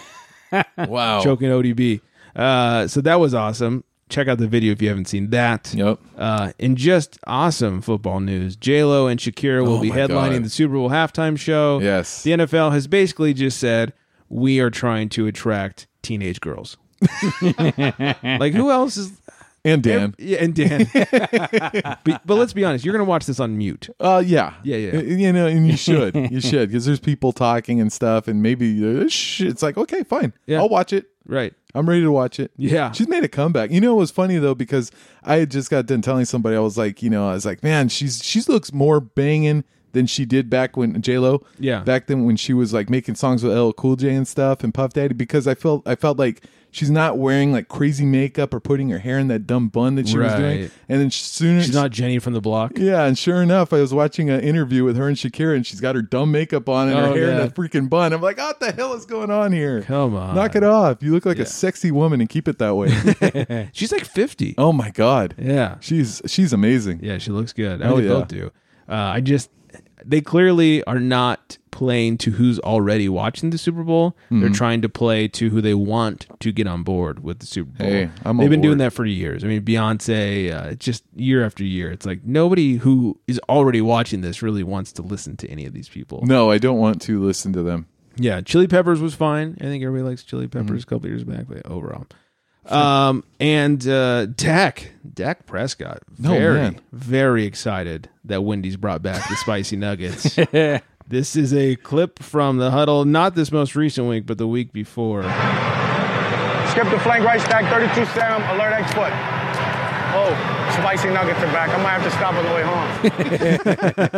Speaker 7: wow.
Speaker 6: choking ODB. Uh, so that was awesome. Check out the video if you haven't seen that.
Speaker 7: Yep.
Speaker 6: Uh, and just awesome football news. J Lo and Shakira will
Speaker 7: Oh
Speaker 6: be
Speaker 7: my
Speaker 6: headlining
Speaker 7: God.
Speaker 6: the Super Bowl halftime show.
Speaker 7: Yes.
Speaker 6: The NFL has basically just said we are trying to attract teenage girls. like who else is
Speaker 7: And Dan.
Speaker 6: yeah, and Dan. but, but let's be honest, you're going to watch this on mute.
Speaker 7: Uh, yeah,
Speaker 6: Yeah, yeah.
Speaker 7: Uh, You know, and you should, you should, because there's people talking and stuff, and maybe uh, sh- it's like, okay, fine,
Speaker 6: Yeah.
Speaker 7: I'll watch it.
Speaker 6: Right.
Speaker 7: I'm ready to watch it.
Speaker 6: Yeah.
Speaker 7: She's made a comeback. You know, it was funny though because I had just got done telling somebody I was like, you know, I was like, man, she's she looks more banging than she did back when J Lo.
Speaker 6: Yeah.
Speaker 7: Back then when she was like making songs with LL Cool J and stuff and Puff Daddy because I felt I felt like she's not wearing like crazy makeup or putting her hair in that dumb bun that she was doing.
Speaker 6: Right.
Speaker 7: And then sooner
Speaker 6: She's not Jenny from the block.
Speaker 7: yeah, and sure enough, I was watching an interview with her and Shakira, and she's got her dumb makeup on and
Speaker 6: Oh,
Speaker 7: her hair
Speaker 6: yeah.
Speaker 7: in a freaking bun. I'm like, what the hell is going on here?
Speaker 6: Come on.
Speaker 7: Knock it off. You look like a sexy woman and keep it that way.
Speaker 6: She's like 50.
Speaker 7: oh my God.
Speaker 6: Yeah.
Speaker 7: She's she's amazing.
Speaker 6: Yeah, she looks good. I
Speaker 7: Hell
Speaker 6: think
Speaker 7: yeah.
Speaker 6: both do. Uh, I just, they clearly are not playing to who's already watching the Super Bowl. They're trying to play to who they want to get on board with the Super Bowl.
Speaker 7: Hey, I'm
Speaker 6: They've
Speaker 7: on
Speaker 6: been doing
Speaker 7: board.
Speaker 6: that for years. I mean, Beyonce, uh, it's just year after year. It's like nobody who is already watching this really wants to listen to any of these people.
Speaker 7: No, I don't want to listen to them.
Speaker 6: Yeah, Chili Peppers was fine. I think everybody likes Chili
Speaker 7: Mm-hmm.
Speaker 6: Peppers a couple years back, but overall. Um and uh Dak Dak Prescott
Speaker 7: No,
Speaker 6: very
Speaker 7: man.
Speaker 6: very excited that Wendy's brought back the spicy nuggets. this is a clip from the huddle, not this most recent week, but the week before.
Speaker 10: Skip the flank right stack, 32 Sam, alert X foot. Oh, spicy nuggets are back. I might have to stop on the way home.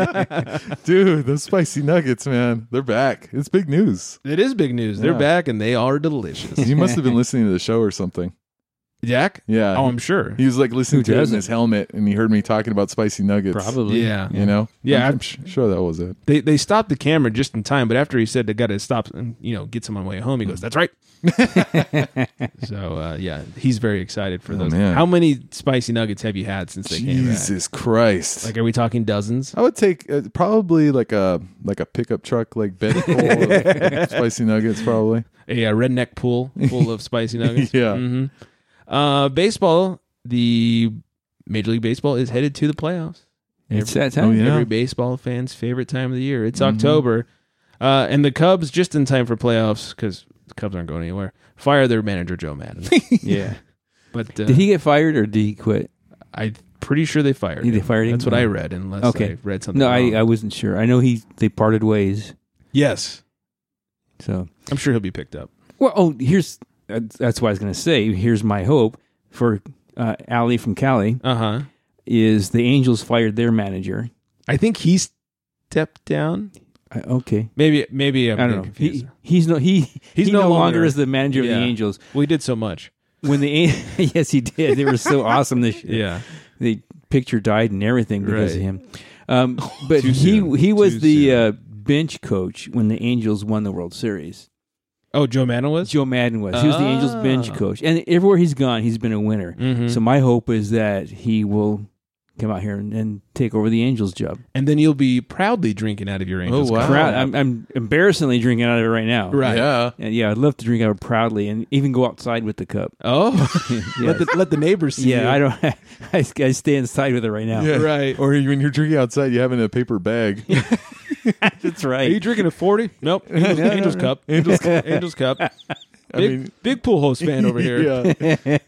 Speaker 7: Dude, those spicy nuggets, man. They're back. It's big news.
Speaker 6: It is big news. They're
Speaker 7: Yeah.
Speaker 6: back and they are delicious.
Speaker 7: You must have been listening to the show or something.
Speaker 6: Dak?
Speaker 7: Yeah.
Speaker 6: Oh, I'm sure.
Speaker 7: He was like listening
Speaker 8: Who
Speaker 7: to it in
Speaker 8: doesn't?
Speaker 7: his helmet and he heard me talking about spicy nuggets.
Speaker 8: Probably.
Speaker 6: Yeah.
Speaker 7: You know?
Speaker 6: Yeah,
Speaker 7: I'm,
Speaker 6: I'm-
Speaker 7: I'm sh- sure that was it.
Speaker 6: They they stopped the camera just in time, but after he said they got to stop and you know get someone way home, he goes, "That's right." so uh, yeah, he's very excited for those.
Speaker 7: Oh, man.
Speaker 6: How many spicy nuggets have you had since they came back?
Speaker 7: Jesus Christ.
Speaker 6: Like, are we talking dozens?
Speaker 7: I would take uh, probably like a like a pickup truck like Betty Cole of spicy nuggets probably.
Speaker 6: A, uh redneck pool full of spicy nuggets.
Speaker 7: Yeah.
Speaker 6: hmm Uh, baseball. The Major League Baseball is headed to the playoffs.
Speaker 8: It's that time.
Speaker 7: Oh, yeah. Mm-hmm.
Speaker 6: Every oh, baseball fan's favorite time of the year. It's October, uh, and the Cubs just in time for playoffs because the Cubs aren't going anywhere. Fire their manager Joe Madden.
Speaker 8: Yeah.
Speaker 6: But uh,
Speaker 8: Did he get fired or did he quit?
Speaker 6: I'm pretty sure they fired.
Speaker 8: They
Speaker 6: him.
Speaker 8: fired him? Oh.
Speaker 6: That's what I read, unless
Speaker 8: Okay.
Speaker 6: I read something.
Speaker 8: No, I,
Speaker 6: wrong.
Speaker 8: I wasn't sure. I know he they parted ways.
Speaker 6: yes,
Speaker 8: So
Speaker 6: I'm sure he'll be picked up.
Speaker 8: well, oh, here's that's what I was going to say. Here's my hope for uh, Ali from Cali
Speaker 6: Uh huh.
Speaker 8: is the Angels fired their manager.
Speaker 6: I think he stepped down.
Speaker 8: I, okay,
Speaker 6: Maybe, maybe I'm
Speaker 8: I don't
Speaker 6: getting
Speaker 8: know.
Speaker 6: confused.
Speaker 8: He, he's no he
Speaker 6: He's
Speaker 8: he
Speaker 6: no
Speaker 8: no, longer,
Speaker 6: longer-
Speaker 8: is the manager of
Speaker 6: Yeah.
Speaker 8: the Angels.
Speaker 6: we did so much.
Speaker 8: When the An- yes, he did. They were so awesome this year.
Speaker 6: Yeah,
Speaker 8: the picture died and everything because
Speaker 6: Right.
Speaker 8: of him. Um, but
Speaker 6: Too
Speaker 8: he
Speaker 6: soon.
Speaker 8: he was
Speaker 6: Too
Speaker 8: the
Speaker 6: soon.
Speaker 8: uh, bench coach when the Angels won the World Series.
Speaker 6: Oh, Joe Madden was.
Speaker 8: Joe Madden was. He was the Angels bench
Speaker 6: Ah. Mm-hmm.
Speaker 8: coach, and everywhere he's gone, he's been a winner.
Speaker 6: Mhm.
Speaker 8: So my hope is that he will come out here and, and take over the Angels job.
Speaker 6: and then you'll be proudly drinking out of your Angels.
Speaker 7: wow.
Speaker 6: cup.
Speaker 8: Proud, I'm, I'm embarrassingly drinking out of it right now.
Speaker 6: Oh, Right.
Speaker 7: Yeah.
Speaker 8: And yeah, I'd love to drink out of it proudly and even go outside with the cup.
Speaker 6: Oh, let
Speaker 8: Yes.
Speaker 6: the let the neighbors see.
Speaker 8: yeah,
Speaker 6: you.
Speaker 8: I don't. I, I stay inside with it right now.
Speaker 6: Right.
Speaker 7: Or when you're drinking outside, you have it in a paper bag.
Speaker 8: That's
Speaker 6: Are
Speaker 8: right.
Speaker 6: you drinking a forty? Nope. Angels, Angels cup. Angels, Angels cup. Big,
Speaker 7: mean-
Speaker 6: big pool host fan over here.
Speaker 7: Yeah.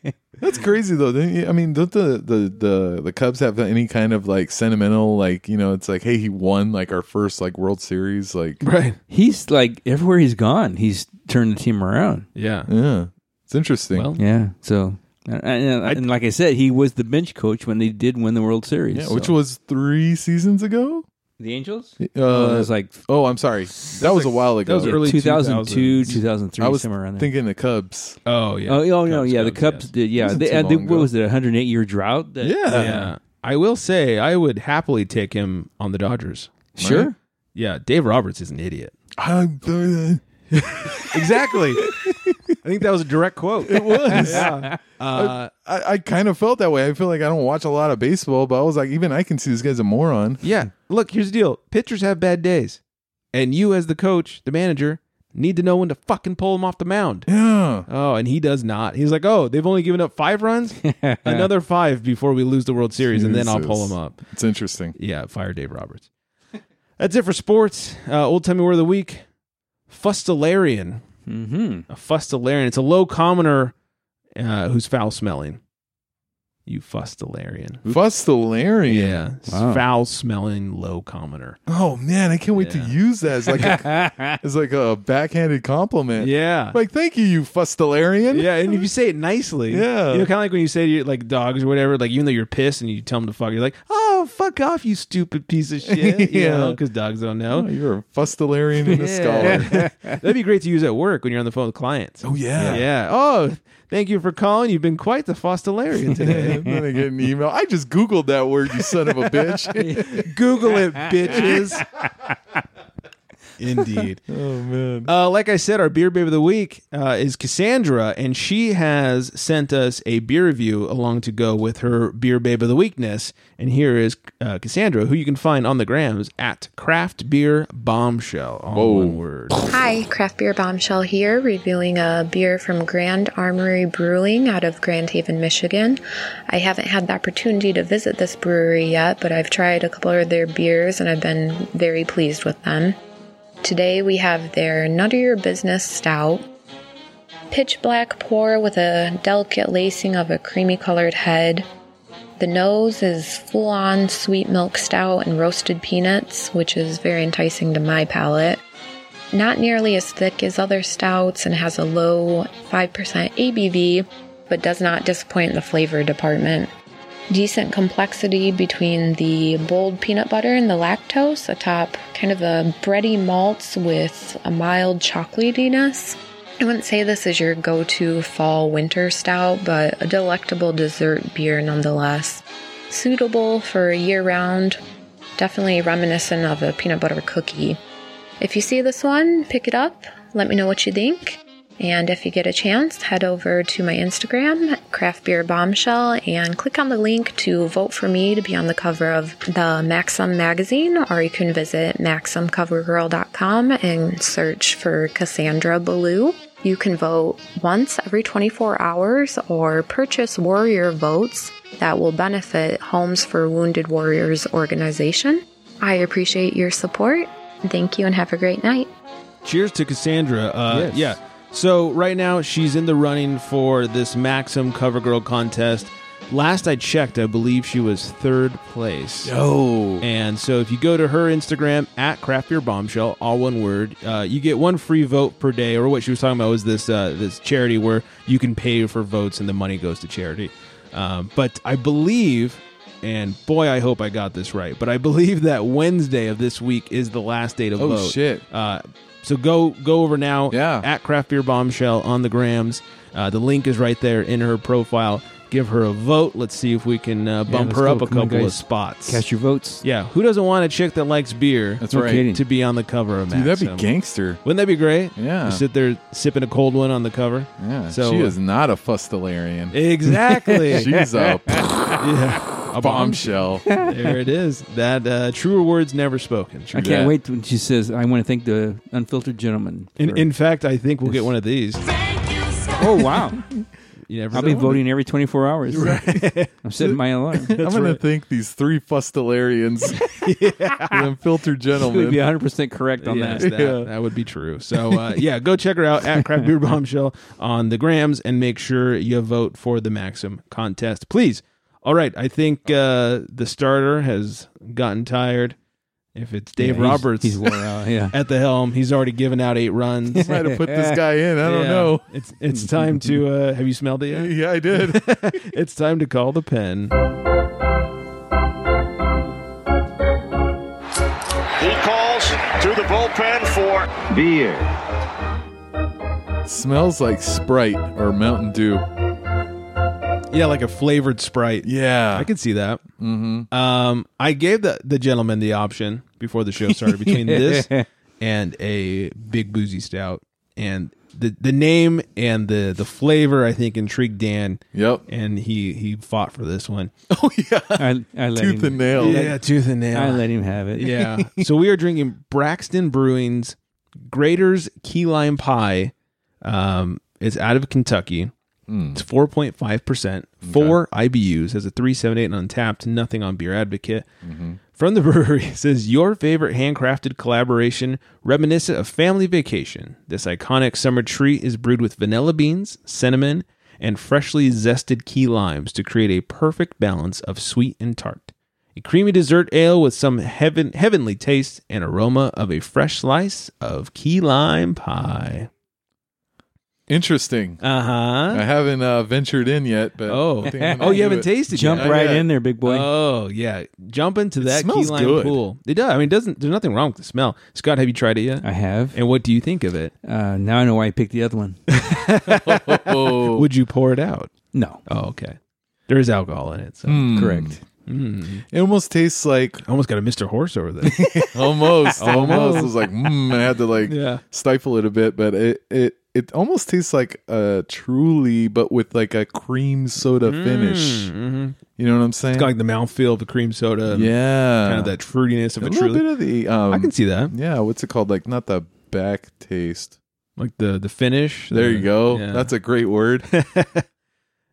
Speaker 7: That's crazy though. Don't you- I mean, don't the, the the the Cubs have any kind of like sentimental like you know? It's like, hey, he won like our first like World Series. Like,
Speaker 6: Right.
Speaker 8: he's like everywhere he's gone, he's turned the team around.
Speaker 6: Yeah.
Speaker 7: yeah, it's interesting.
Speaker 6: Well,
Speaker 8: Yeah. So, and, and- and like I said, he was the bench coach when they did win the World Series.
Speaker 7: yeah,
Speaker 8: so.
Speaker 7: which was three seasons ago.
Speaker 8: the Angels?
Speaker 7: Uh,
Speaker 8: oh, it was like
Speaker 7: oh, I'm sorry, that was a while ago.
Speaker 6: That was early
Speaker 8: 2002, 2003,
Speaker 7: I was
Speaker 8: somewhere around there.
Speaker 7: thinking the Cubs.
Speaker 6: Oh yeah.
Speaker 8: oh, oh, no,
Speaker 6: Cubs,
Speaker 8: yeah, the
Speaker 6: Cubs, yes.
Speaker 8: Cubs did. Yeah,
Speaker 7: Wasn't
Speaker 8: they,
Speaker 7: too
Speaker 8: uh, they,
Speaker 7: long
Speaker 8: what
Speaker 7: ago.
Speaker 8: was it? 108 year drought. That,
Speaker 7: Yeah.
Speaker 6: Yeah. I will say I would happily take him on the Dodgers.
Speaker 8: Sure.
Speaker 7: Right?
Speaker 6: Yeah, Dave Roberts is an idiot.
Speaker 7: I-
Speaker 6: Exactly. I think that was a direct quote. It was. Yeah. Uh,
Speaker 7: I, I kind of felt that way. I feel like I don't watch a lot of baseball, but I was like, even I can see this guy's a moron.
Speaker 6: yeah. Look, here's the deal. Pitchers have bad days. And you as the coach, the manager, need to know when to fucking pull him off the mound.
Speaker 7: Yeah.
Speaker 6: Oh, and he does not. He's like, "Oh, they've only given up 5 runs? Another 5 before we lose the World Series and then I'll pull
Speaker 7: Jesus.
Speaker 6: him up."
Speaker 7: It's interesting.
Speaker 6: Yeah, fire Dave Roberts. That's it for sports. Uh, Old timey word of the week: Fustilarian.
Speaker 8: Mm-hmm.
Speaker 6: A Fustilarian. It's a low commoner uh, who's foul smelling. You Fustilarian.
Speaker 7: Fustilarian.
Speaker 6: Yeah,
Speaker 8: Wow.
Speaker 6: foul smelling low commoner.
Speaker 7: Oh man, I can't wait
Speaker 6: Yeah.
Speaker 7: to use that as like a, as like a backhanded compliment.
Speaker 6: Yeah,
Speaker 7: Like, thank you, you Fustilarian.
Speaker 6: yeah. And if you say it nicely,
Speaker 7: Yeah.
Speaker 6: you know, kind of like when you say to your, like dogs or whatever, like even though you're pissed and you tell them to fuck, you're like, "Oh, fuck off, you stupid piece of shit."
Speaker 7: Yeah.
Speaker 6: yeah, because dogs don't
Speaker 7: Oh,
Speaker 6: know.
Speaker 7: you're a Fustilarian and a scholar.
Speaker 6: That'd be great to use at work when you're on the phone with clients.
Speaker 7: Oh yeah.
Speaker 6: Yeah. Oh, thank you for calling. You've been quite the Fossilarian today.
Speaker 7: And then I get an email. I just Googled that word, you son of a bitch.
Speaker 6: Google it, bitches. Indeed.
Speaker 7: oh man.
Speaker 6: Uh, like I said, our beer babe of the week uh, is Cassandra, and she has sent us a beer review along to go with her beer babe of the weakness. And here is uh, Cassandra, who you can find on the grams at Craft Beer Bombshell. All
Speaker 7: Whoa.
Speaker 6: one word.
Speaker 11: Hi, Craft Beer Bombshell here, reviewing a beer from Grand Armory Brewing out of Grand Haven, Michigan. I haven't had the opportunity to visit this brewery yet, but I've tried a couple of their beers and I've been very pleased with them. Today we have their None of Your Business Stout, pitch black pour with a delicate lacing of a creamy colored head. The nose is full on sweet milk stout and roasted peanuts, which is very enticing to my palate not nearly as thick as other stouts and has a low 5% ABV, but does not disappoint in the flavor department. Decent complexity between the bold peanut butter and the lactose atop kind of a bready malts with a mild chocolatiness. I wouldn't say this is your go to fall winter stout, but a delectable dessert beer nonetheless. Suitable for year round, definitely reminiscent of a peanut butter cookie. If you see this one, pick it up. Let me know what you think. And if you get a chance, head over to my Instagram, Craft Beer Bombshell, and click on the link to vote for me to be on the cover of the Maxim magazine, or you can visit maximcovergirl.com and search for Cassandra Ballou. You can vote once every 24 hours or purchase warrior votes that will benefit Homes for Wounded Warriors organization. I appreciate your support. Thank you and have a great night.
Speaker 6: Cheers to Cassandra. Uh,
Speaker 8: Yes.
Speaker 6: Yeah. So right now she's in the running for this Maxim Cover Girl contest. Last I checked, I believe she was third place.
Speaker 7: Oh.
Speaker 6: And so if you go to her Instagram at Craft Beer Bombshell, all one word, uh, you get one free vote per day. Or what she was talking about was this uh, this charity where you can pay for votes and the money goes to charity. Um, but I believe, and boy, I hope I got this right. But I believe that Wednesday of this week is the last day to
Speaker 7: Oh,
Speaker 6: vote.
Speaker 7: shit.
Speaker 6: Uh, so go go over now.
Speaker 7: Yeah.
Speaker 6: At Craft Beer Bombshell on the grams. Uh, the link is right there in her profile. Give her a vote. Let's see if we can uh, bump
Speaker 8: let's
Speaker 6: her
Speaker 8: go.
Speaker 6: up a
Speaker 8: Come on,
Speaker 6: couple of
Speaker 8: guys.
Speaker 6: spots.
Speaker 8: Cast your votes.
Speaker 6: Yeah, who doesn't want a chick that likes beer
Speaker 7: That's
Speaker 8: No
Speaker 7: right.
Speaker 8: kidding.
Speaker 6: to be on the cover of
Speaker 7: Dude, that'd
Speaker 6: Maxim?
Speaker 7: be gangster.
Speaker 6: Wouldn't that be great?
Speaker 7: Yeah.
Speaker 6: You sit there sipping a cold one on the cover.
Speaker 7: Yeah.
Speaker 6: So eh,
Speaker 7: she is not a Fustilarian.
Speaker 6: Exactly.
Speaker 7: She's a
Speaker 6: yeah. A
Speaker 7: bombshell.
Speaker 6: there it is. That uh, truer words never spoken.
Speaker 8: I can't wait when she says, "I want to thank the unfiltered gentleman."
Speaker 6: In,
Speaker 8: for-
Speaker 6: in fact, I think we'll get one of these.
Speaker 8: oh wow!
Speaker 6: You never
Speaker 8: I'll be
Speaker 6: know.
Speaker 8: voting every twenty four hours. I'm setting my alarm.
Speaker 7: I'm going to thank these three Fustelarians, the unfiltered gentlemen.
Speaker 8: We'd be 100 percent correct on
Speaker 6: Yes,
Speaker 8: that.
Speaker 6: that, that would be true. So uh, yeah, go check her out at Craft Beer Bombshell on the Grams and make sure you vote for the Maxim contest, please. All right, I think uh, the starter has gotten tired. If it's Dave
Speaker 8: Yeah, he's-
Speaker 6: Roberts
Speaker 8: he's wore out, yeah.
Speaker 6: at the helm, he's already given out eight runs.
Speaker 7: Might have put this guy in. I don't
Speaker 6: Yeah.
Speaker 7: know.
Speaker 6: It's it's time to uh, have you smelled it yet?
Speaker 7: Yeah, I did.
Speaker 6: it's time to call the pen.
Speaker 9: He calls to the bullpen for
Speaker 3: beer,
Speaker 7: Smells like Sprite or Mountain Dew.
Speaker 6: Yeah, like a flavored Sprite.
Speaker 7: Yeah.
Speaker 6: I can see that. Mm-hmm. Um, I gave the the gentleman the option before the show started between this and a big boozy stout, and the the name and the the flavor I think intrigued Dan,
Speaker 7: yep.
Speaker 6: and he he fought for this one.
Speaker 7: Oh, yeah.
Speaker 8: I, I let
Speaker 7: Tooth and
Speaker 8: him.
Speaker 7: nail.
Speaker 6: Oh, tooth and
Speaker 8: I let him have it.
Speaker 6: Yeah. so we are drinking Braxton Brewing's Grater's Key Lime Pie. Um, it's out of Kentucky. It's 4.5%, four IBUs, has a 378 on tapped, nothing on Beer Advocate. From the brewery, it says your favorite handcrafted collaboration reminiscent of family vacation. This iconic summer treat is brewed with vanilla beans, cinnamon, and freshly zested key limes to create a perfect balance of sweet and tart. A creamy dessert ale with some heaven, heavenly taste and aroma of a fresh slice of key lime pie.
Speaker 7: Interesting.
Speaker 6: Uh huh.
Speaker 7: I haven't uh, ventured in yet, but
Speaker 6: Oh,
Speaker 7: I think I'm
Speaker 6: oh,
Speaker 7: gonna
Speaker 6: you
Speaker 7: do
Speaker 6: haven't
Speaker 7: it.
Speaker 6: tasted.
Speaker 8: Jump
Speaker 6: yet.
Speaker 8: right
Speaker 7: yeah.
Speaker 8: in there, big boy.
Speaker 6: Oh yeah, jump into that key
Speaker 7: smells
Speaker 6: lime
Speaker 7: good.
Speaker 6: pool. It does. I mean, it doesn't there's nothing wrong with the smell. Scott, have you tried it yet?
Speaker 8: I have.
Speaker 6: And what do you think of it?
Speaker 8: Uh, now I know why I picked the other one.
Speaker 7: Oh,
Speaker 6: Would you pour it out?
Speaker 8: No,
Speaker 6: Oh, okay. There is alcohol in it. So
Speaker 7: Mm.
Speaker 8: correct.
Speaker 7: Hmm. it almost tastes like
Speaker 6: I almost got a Mr. Horse over there.
Speaker 7: almost, almost. It was like, mm, I had to like
Speaker 6: Yeah.
Speaker 7: stifle it a bit, but it it it almost tastes like a truly, but with like a cream soda finish.
Speaker 6: Mm-hmm.
Speaker 7: You know what I'm saying?
Speaker 6: Mm. it's got like the mouthfeel of the cream soda. and
Speaker 7: yeah,
Speaker 6: Kind of that fruitiness of
Speaker 7: a
Speaker 6: a
Speaker 7: little
Speaker 6: truly.
Speaker 7: bit of the. Um,
Speaker 6: I can see that.
Speaker 7: Yeah, what's it called? Like not the back taste.
Speaker 6: Like the the finish.
Speaker 7: There you
Speaker 6: the-
Speaker 7: go.
Speaker 6: yeah.
Speaker 7: That's a great word.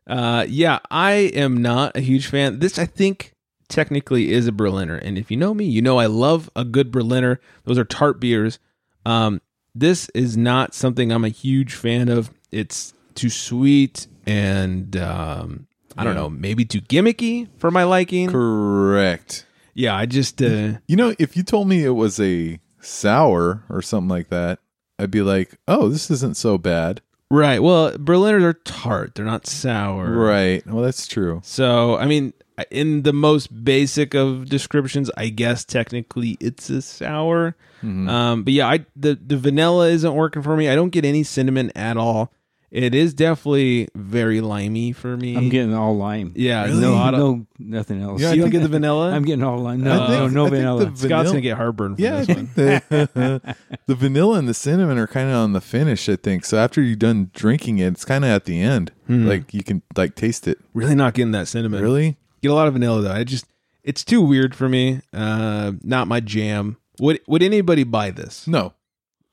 Speaker 6: Uh, yeah, I am not a huge fan. This, I think, technically is a Berliner. And if you know me, you know I love a good Berliner. Those are tart beers. Um, this is not something I'm a huge fan of. It's too sweet and um, I don't know, maybe too gimmicky for my liking.
Speaker 7: Correct.
Speaker 6: Yeah, I just uh,
Speaker 7: You know, if you told me it was a sour or something like that, I'd be like, "Oh, this isn't so bad."
Speaker 6: right. Well, Berliners are tart; they're not sour.
Speaker 7: Right. Well, that's true.
Speaker 6: So, I mean, in the most basic of descriptions, I guess technically it's a sour.
Speaker 7: Mm-hmm.
Speaker 6: Um, but yeah, I the the vanilla isn't working for me. I don't get any cinnamon at all. It is definitely very limey for me.
Speaker 8: I'm getting all lime.
Speaker 6: yeah,
Speaker 8: no,
Speaker 6: no, I don't,
Speaker 8: no, nothing else.
Speaker 6: you don't get the vanilla.
Speaker 8: I'm getting all lime. No,
Speaker 7: I think- I
Speaker 8: no, no
Speaker 7: think the
Speaker 8: vanilla.
Speaker 7: vanilla-
Speaker 6: Scott's gonna get heartburn. From
Speaker 7: Yeah, I
Speaker 6: this one.
Speaker 7: think the, the vanilla and the cinnamon are kind of on the finish. I think so. After you're done drinking it, it's kind of at the end.
Speaker 6: Hmm.
Speaker 7: Like you can like taste it.
Speaker 6: really not getting that cinnamon.
Speaker 7: Really?
Speaker 6: get a lot of vanilla though. I just it's too weird for me. Uh, not my jam. Would would anybody buy this?
Speaker 7: No.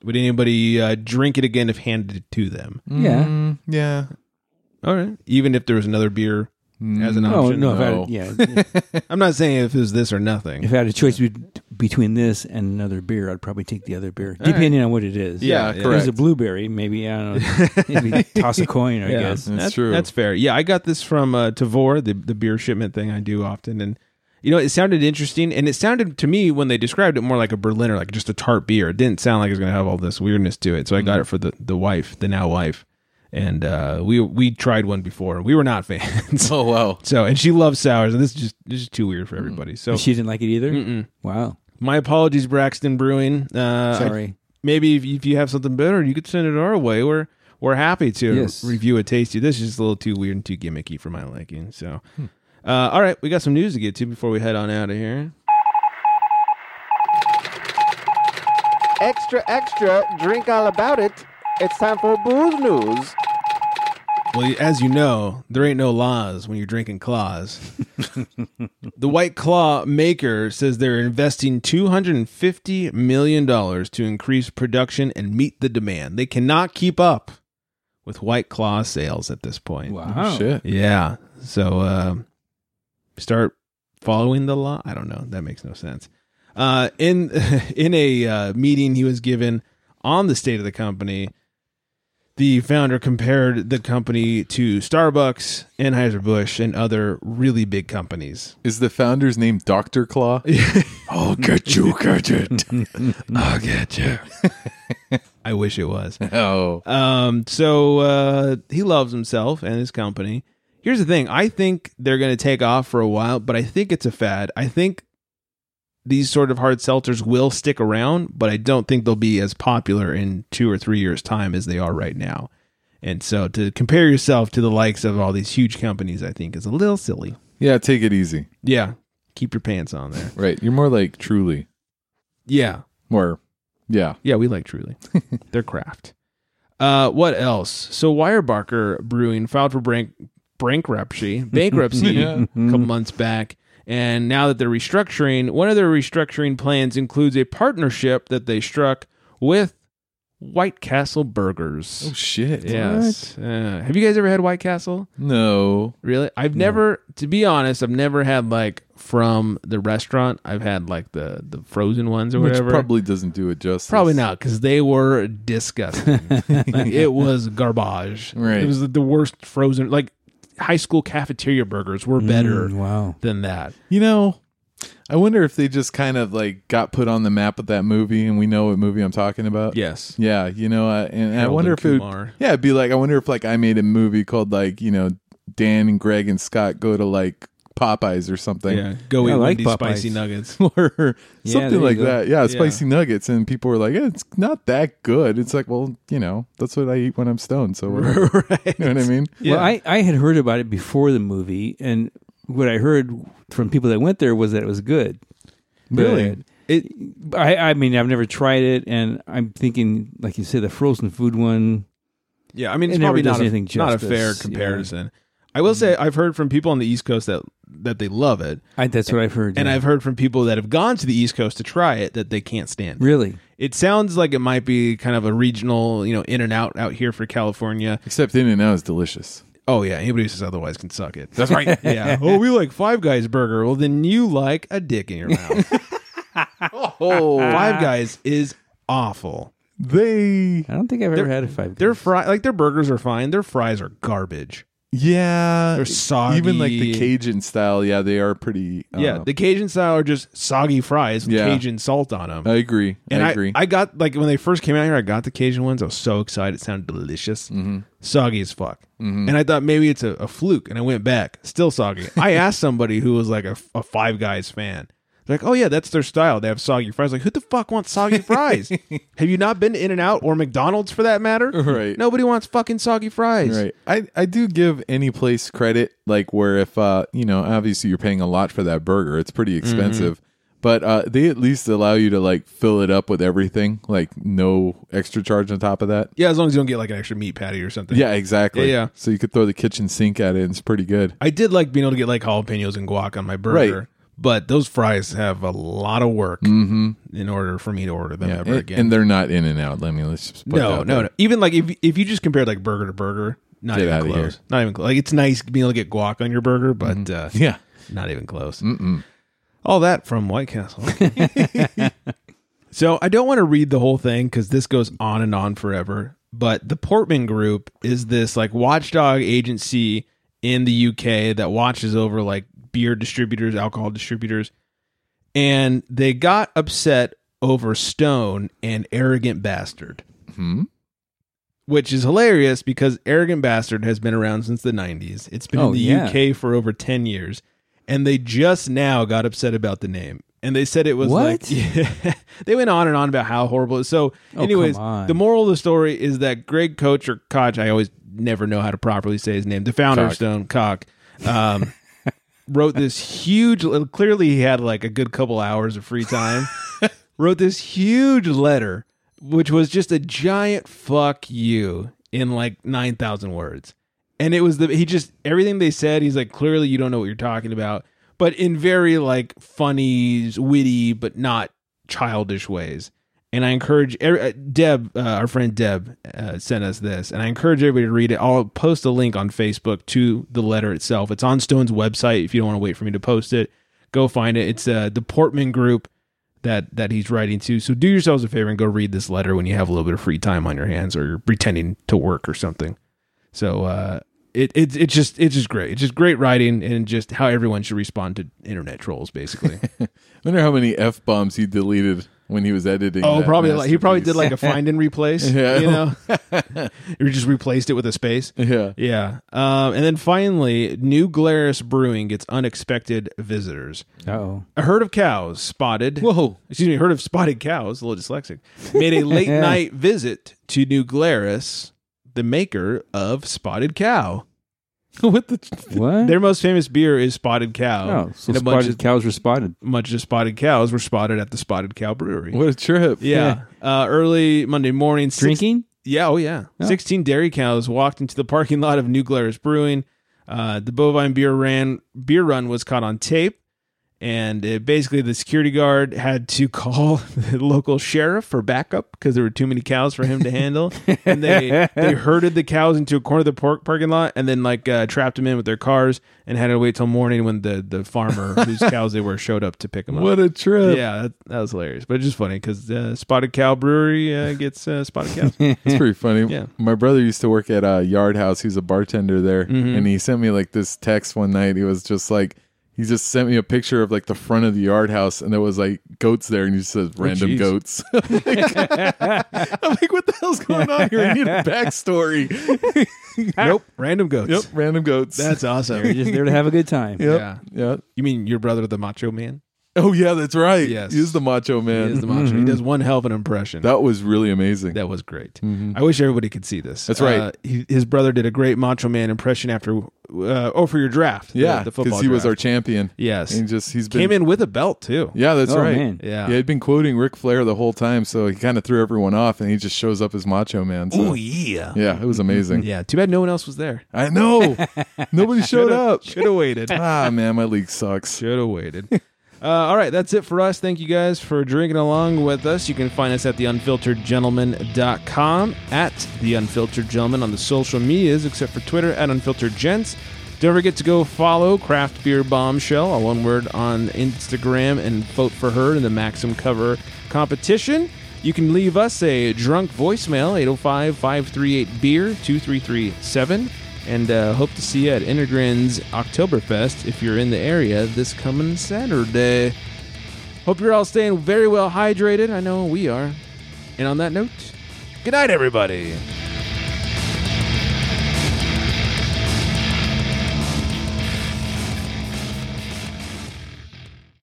Speaker 6: Would anybody uh, drink it again if handed to them?
Speaker 8: yeah.
Speaker 7: Mm, yeah.
Speaker 6: All right. Even if there was another beer as an
Speaker 8: No,
Speaker 6: option.
Speaker 8: Oh, no. If I,
Speaker 7: Mm, no.
Speaker 8: yeah,
Speaker 6: I'm not saying if it was this or nothing.
Speaker 8: if I had a choice be- between this and another beer, I'd probably take the other beer, depending on what it is.
Speaker 6: Yeah,
Speaker 7: Yeah,
Speaker 6: yeah.
Speaker 8: If it was
Speaker 7: correct.
Speaker 8: a blueberry, maybe I don't know. Maybe toss a coin, I guess.
Speaker 7: That's
Speaker 6: That-
Speaker 7: true.
Speaker 6: That's fair. Yeah, I got this from uh, Tavor, the the beer shipment thing I do often, and you know it sounded interesting, and it sounded to me when they described it more like a Berliner, like just a tart beer. It didn't sound like it was going to have all this weirdness to it. So I
Speaker 7: Mm-hmm.
Speaker 6: got it for the the wife, the now wife, and uh, we we tried one before. We were not fans.
Speaker 7: Oh wow. Mm-hmm.
Speaker 6: So and she loves sours, and this is just this is too weird for everybody. So
Speaker 8: She didn't like it either. Wow.
Speaker 6: my apologies, Braxton Brewing. Uh,
Speaker 8: Sorry.
Speaker 6: maybe if, if you have something better, you could send it our way. We're we're happy to
Speaker 8: Yes.
Speaker 6: review a tasty. This is just a little too weird and too gimmicky for my liking. So,
Speaker 8: Hmm.
Speaker 6: uh, all right, we got some news to get to before we head on out of here.
Speaker 4: Extra, extra, drink all about it. It's time for booze news.
Speaker 6: Well, as you know, there ain't no laws when you're drinking claws. the White Claw maker says they're investing $250 million to increase production and meet the demand. They cannot keep up with White Claw sales at this point.
Speaker 8: Wow.
Speaker 7: oh, Shit.
Speaker 6: Yeah. So uh, start following the law. I don't know. That makes no sense. Uh, in in a uh, meeting he was given on the state of the company, the founder compared the company to Starbucks, Anheuser Busch, and other really big companies.
Speaker 7: Is the founder's name Doctor Claw?
Speaker 6: oh, get you, get it! I'll get you. I wish it was.
Speaker 7: Oh,
Speaker 6: Um, so uh, he loves himself and his company. Here's the thing: I think they're going to take off for a while, but I think it's a fad. I think these sort of hard seltzers will stick around, but I don't think they'll be as popular in two or three years' time as they are right now. And so, to compare yourself to the likes of all these huge companies, I think is a little silly.
Speaker 7: yeah. Take it easy.
Speaker 6: Yeah, keep your pants on there.
Speaker 7: Right. You're more like Truly.
Speaker 6: Yeah,
Speaker 7: More. Yeah.
Speaker 6: Yeah, we like Truly. Their craft. Uh, what else? So Wirebarker Brewing filed for bank- bankruptcy, bankruptcy
Speaker 7: Yeah.
Speaker 6: a couple months back, and now that they're restructuring, one of their restructuring plans includes a partnership that they struck with White Castle Burgers.
Speaker 7: Oh shit.
Speaker 6: yes. Uh, have you guys ever had White Castle?
Speaker 7: No.
Speaker 6: Really? I've never, to be honest, I've never had like from the restaurant. I've had like the the frozen ones or
Speaker 7: Which
Speaker 6: whatever.
Speaker 7: probably doesn't do it justice.
Speaker 6: Probably not, because they were disgusting. Like, it was garbage.
Speaker 7: Right.
Speaker 6: It was the- the worst frozen. Like high school cafeteria burgers were better
Speaker 8: wow.
Speaker 6: than that.
Speaker 7: You know, I wonder if they just kind of like got put on the map with that movie, and we know what movie I'm talking about.
Speaker 6: Yes.
Speaker 7: Yeah, you know, I, and I
Speaker 6: Harold
Speaker 7: wonder
Speaker 6: and
Speaker 7: if it would,
Speaker 6: Kumar.
Speaker 7: yeah, it'd be like I wonder if like I made a movie called like you know Dan and Greg and Scott go to like Popeyes or something,
Speaker 6: Yeah. Go
Speaker 8: I
Speaker 6: eat
Speaker 8: like
Speaker 6: Wendy's
Speaker 8: Popeyes.
Speaker 6: spicy nuggets.
Speaker 7: or
Speaker 8: Yeah, there
Speaker 7: something
Speaker 8: you
Speaker 7: like
Speaker 8: go.
Speaker 7: that. Yeah,
Speaker 6: Yeah.
Speaker 7: spicy nuggets, and people were like, eh, "It's not that good." It's like, well, you know, that's what I eat when I'm stoned. So, whatever.
Speaker 6: right.
Speaker 7: you know what I mean?
Speaker 6: Yeah.
Speaker 8: Well, I, I had heard about it before the movie, and what I heard from people that went there was that it was good.
Speaker 7: Really?
Speaker 8: But It. I, I mean, I've never tried it, and I'm thinking, like you said, the frozen food one.
Speaker 6: Yeah, I mean,
Speaker 8: It
Speaker 6: it's
Speaker 8: never
Speaker 6: probably
Speaker 8: does
Speaker 6: not a,
Speaker 8: anything
Speaker 6: not a
Speaker 8: justice,
Speaker 6: fair
Speaker 8: yeah.
Speaker 6: comparison. I will say I've heard from people on the East Coast that that they love it,
Speaker 8: I, that's what I've heard.
Speaker 6: and
Speaker 8: yeah.
Speaker 6: I've heard from people that have gone to the East Coast to try it that they can't stand. it.
Speaker 8: really
Speaker 6: It sounds like it might be kind of a regional, you know, in and out out here for California.
Speaker 7: Except In and Out is delicious.
Speaker 6: Oh yeah, anybody who says otherwise can suck it. That's right. yeah. Oh, we like Five Guys burger. Well, then you like a dick in your mouth. oh, Five Guys is awful.
Speaker 7: They,
Speaker 8: I don't think I've ever had a five.
Speaker 6: Their fry like their burgers are fine. Their fries are garbage.
Speaker 7: yeah,
Speaker 6: They're soggy.
Speaker 7: even like the Cajun style. Yeah, they are pretty. Uh,
Speaker 6: Yeah, the Cajun style are just soggy fries with
Speaker 7: Yeah. Oh,
Speaker 6: Cajun salt on them.
Speaker 7: I agree.
Speaker 6: and
Speaker 7: I agree.
Speaker 6: I, got like when they first came out here, I got the Cajun ones. I was so excited; it sounded delicious,
Speaker 7: Mm-hmm.
Speaker 6: soggy as fuck. And I thought maybe it's a, a fluke, and I went back, still soggy. I asked somebody who was like a, a Five Guys fan, They're like, "Oh yeah, that's their style. They have soggy fries." Like, who the fuck wants soggy fries? have you not been to In and Out or McDonald's for that matter?
Speaker 7: Right.
Speaker 6: Nobody wants fucking soggy fries.
Speaker 7: Right. I, I do give any place credit, like where if uh you know, obviously you're paying a lot for that burger. It's pretty
Speaker 6: Mm-hmm.
Speaker 7: expensive. But uh they at least allow you to like fill it up with everything, like no extra charge on top of that.
Speaker 6: Yeah, as long as you don't get like an extra meat patty or something.
Speaker 7: Yeah, exactly.
Speaker 6: Yeah, yeah.
Speaker 7: So you could throw the kitchen sink at it and it's pretty good.
Speaker 6: I did like being able to get like jalapenos and guac on my burger.
Speaker 7: Right.
Speaker 6: But those fries have a lot of work in order for me to order them ever
Speaker 7: Mm-hmm. And,
Speaker 6: again.
Speaker 7: and they're not in and out. Let me let's just put
Speaker 6: no,
Speaker 7: that
Speaker 6: no,
Speaker 7: there.
Speaker 6: no. Even like if if you just compare like burger to burger, not
Speaker 7: Get
Speaker 6: even
Speaker 7: outta here.
Speaker 6: close. Not even close. Like it's nice being able to get guac on your burger, but uh,
Speaker 7: Yeah.
Speaker 6: not even close. All that from White Castle. so I don't want to read the whole thing because this goes on and on forever. But the Portman Group is this like watchdog agency in the UK that watches over like beer distributors, alcohol distributors. And they got upset over Stone and Arrogant Bastard.
Speaker 8: Hmm?
Speaker 6: Which is hilarious because Arrogant Bastard has been around since the 90s. It's been
Speaker 8: Oh,
Speaker 6: in the
Speaker 8: yeah.
Speaker 6: UK for over 10 years and they just now got upset about the name. And they said it was
Speaker 8: What?
Speaker 6: like yeah, they went on and on about how horrible. it is. So,
Speaker 8: Oh,
Speaker 6: anyways,
Speaker 8: come on.
Speaker 6: the moral of the story is that Greg Koch or Koch, I always never know how to properly say his name, the founder of
Speaker 7: Koch.
Speaker 6: Stone Cock, um, wrote this huge. Clearly, he had like a good couple hours of free time. wrote this huge letter, which was just a giant fuck you in like nine thousand words. and it was the he just everything they said he's like clearly you don't know what you're talking about but in very like funny witty but not childish ways and i encourage every, uh, deb uh, our friend deb uh, sent us this and i encourage everybody to read it i'll post a link on facebook to the letter itself it's on stone's website if you don't want to wait for me to post it go find it it's uh, the portman group that that he's writing to so do yourselves a favor and go read this letter when you have a little bit of free time on your hands or you're pretending to work or something so uh, it it it's just it's just great. It's just great writing and just how everyone should respond to internet trolls, basically.
Speaker 7: wonder how many f bombs he deleted when he was editing.
Speaker 6: oh,
Speaker 7: that
Speaker 6: probably like, he probably did like a
Speaker 7: masterpiece.
Speaker 6: find and replace.
Speaker 7: Yeah.
Speaker 6: You know, you just replaced it with a space.
Speaker 7: Yeah.
Speaker 6: yeah. Um, and then finally, New Glarus Brewing gets unexpected visitors.
Speaker 8: Oh,
Speaker 6: a herd of cows spotted. Whoa, excuse me, a herd of spotted cows. A little dyslexic. Made a late night visit to New Glarus, the maker of Spotted Cow. what the?
Speaker 8: What?
Speaker 6: Their most famous beer is Spotted Cow.
Speaker 8: Oh, so
Speaker 6: And a bunch
Speaker 8: spotted
Speaker 6: of-
Speaker 8: cows were spotted.
Speaker 6: Much of spotted cows were spotted at the Spotted Cow Brewery.
Speaker 7: What a trip!
Speaker 6: Yeah. Uh, early Monday morning. six-
Speaker 8: Drinking?
Speaker 6: yeah. Oh, yeah. 16 dairy cows walked into the parking lot of New Glarus Brewing. Uh, the bovine beer ran beer run was caught on tape. And uh basically, the security guard had to call the local sheriff for backup because there were too many cows for him to handle. and they they herded the cows into a corner of the park, parking lot and then like uh, trapped them in with their cars and had to wait till morning when the the farmer whose cows they were showed up to pick them up.
Speaker 7: What a trip!
Speaker 6: Yeah, that, that was hilarious, but it's just funny because uh, Spotted Cow Brewery uh, gets uh, Spotted Cow.
Speaker 7: It's pretty funny.
Speaker 6: Yeah.
Speaker 7: My brother used to work at a yard house. He's a bartender there.
Speaker 6: Mhm.
Speaker 7: And he sent me like this text one night. He was just like, he just sent me a picture of like the front of the yard house and there was like goats there and he just says random
Speaker 6: Oh, jeez.
Speaker 7: goats. I'm, like, I'm like, what the hell's going on here? I need a backstory.
Speaker 6: nope, random goats.
Speaker 7: Ah. yep, random goats.
Speaker 6: That's
Speaker 8: They're
Speaker 6: awesome.
Speaker 8: just there to have a good time.
Speaker 7: yep,
Speaker 6: yeah.
Speaker 7: yep.
Speaker 6: You mean your brother, the Macho Man?
Speaker 7: Oh, yeah, that's right.
Speaker 6: Yes.
Speaker 7: He's the macho
Speaker 6: He
Speaker 7: man.
Speaker 6: is the
Speaker 8: Mm-hmm.
Speaker 6: Macho. He
Speaker 7: Mm-hmm.
Speaker 6: does one hell of an impression. That,
Speaker 7: that was really amazing.
Speaker 6: was great.
Speaker 8: Mm-hmm.
Speaker 6: I wish everybody could see this.
Speaker 7: That's right.
Speaker 6: Uh, he, his brother did a great Macho Man impression after. Uh, oh, for your draft. the-
Speaker 7: yeah,
Speaker 6: the, football.
Speaker 7: he was our
Speaker 6: draft.
Speaker 7: champion.
Speaker 6: Yes.
Speaker 7: And he just, he's been
Speaker 6: came in with a belt too.
Speaker 7: Yeah, that's
Speaker 8: Oh,
Speaker 7: right.
Speaker 8: man.
Speaker 6: Yeah.
Speaker 7: Yeah, he'd been quoting Ric Flair the whole time, so he kind of threw everyone off, and he just shows up as Macho Man. So,
Speaker 1: Oh, yeah.
Speaker 7: yeah, it was amazing.
Speaker 6: Yeah. Too bad no one else was there.
Speaker 7: I know. Nobody showed up.
Speaker 6: Should have waited.
Speaker 7: Ah, man, my league sucks.
Speaker 6: Should have waited. Uh, all right, that's it for us. Thank you guys for drinking along with us. You can find us at theunfilteredgentleman.com, at The Unfiltered Gentleman on the social medias, except for Twitter, at Unfiltered Gents. Don't forget to go follow Craft Beer Bombshell, all one word, on Instagram and vote for her in the Maxim cover competition. You can leave us a drunk voicemail, 805 538 Beer 2337, and uh, hope to see you at Intergrins Oktoberfest if you're in the area this coming Saturday. Hope you're all staying very well hydrated. I know we are. And on that note, good night, everybody.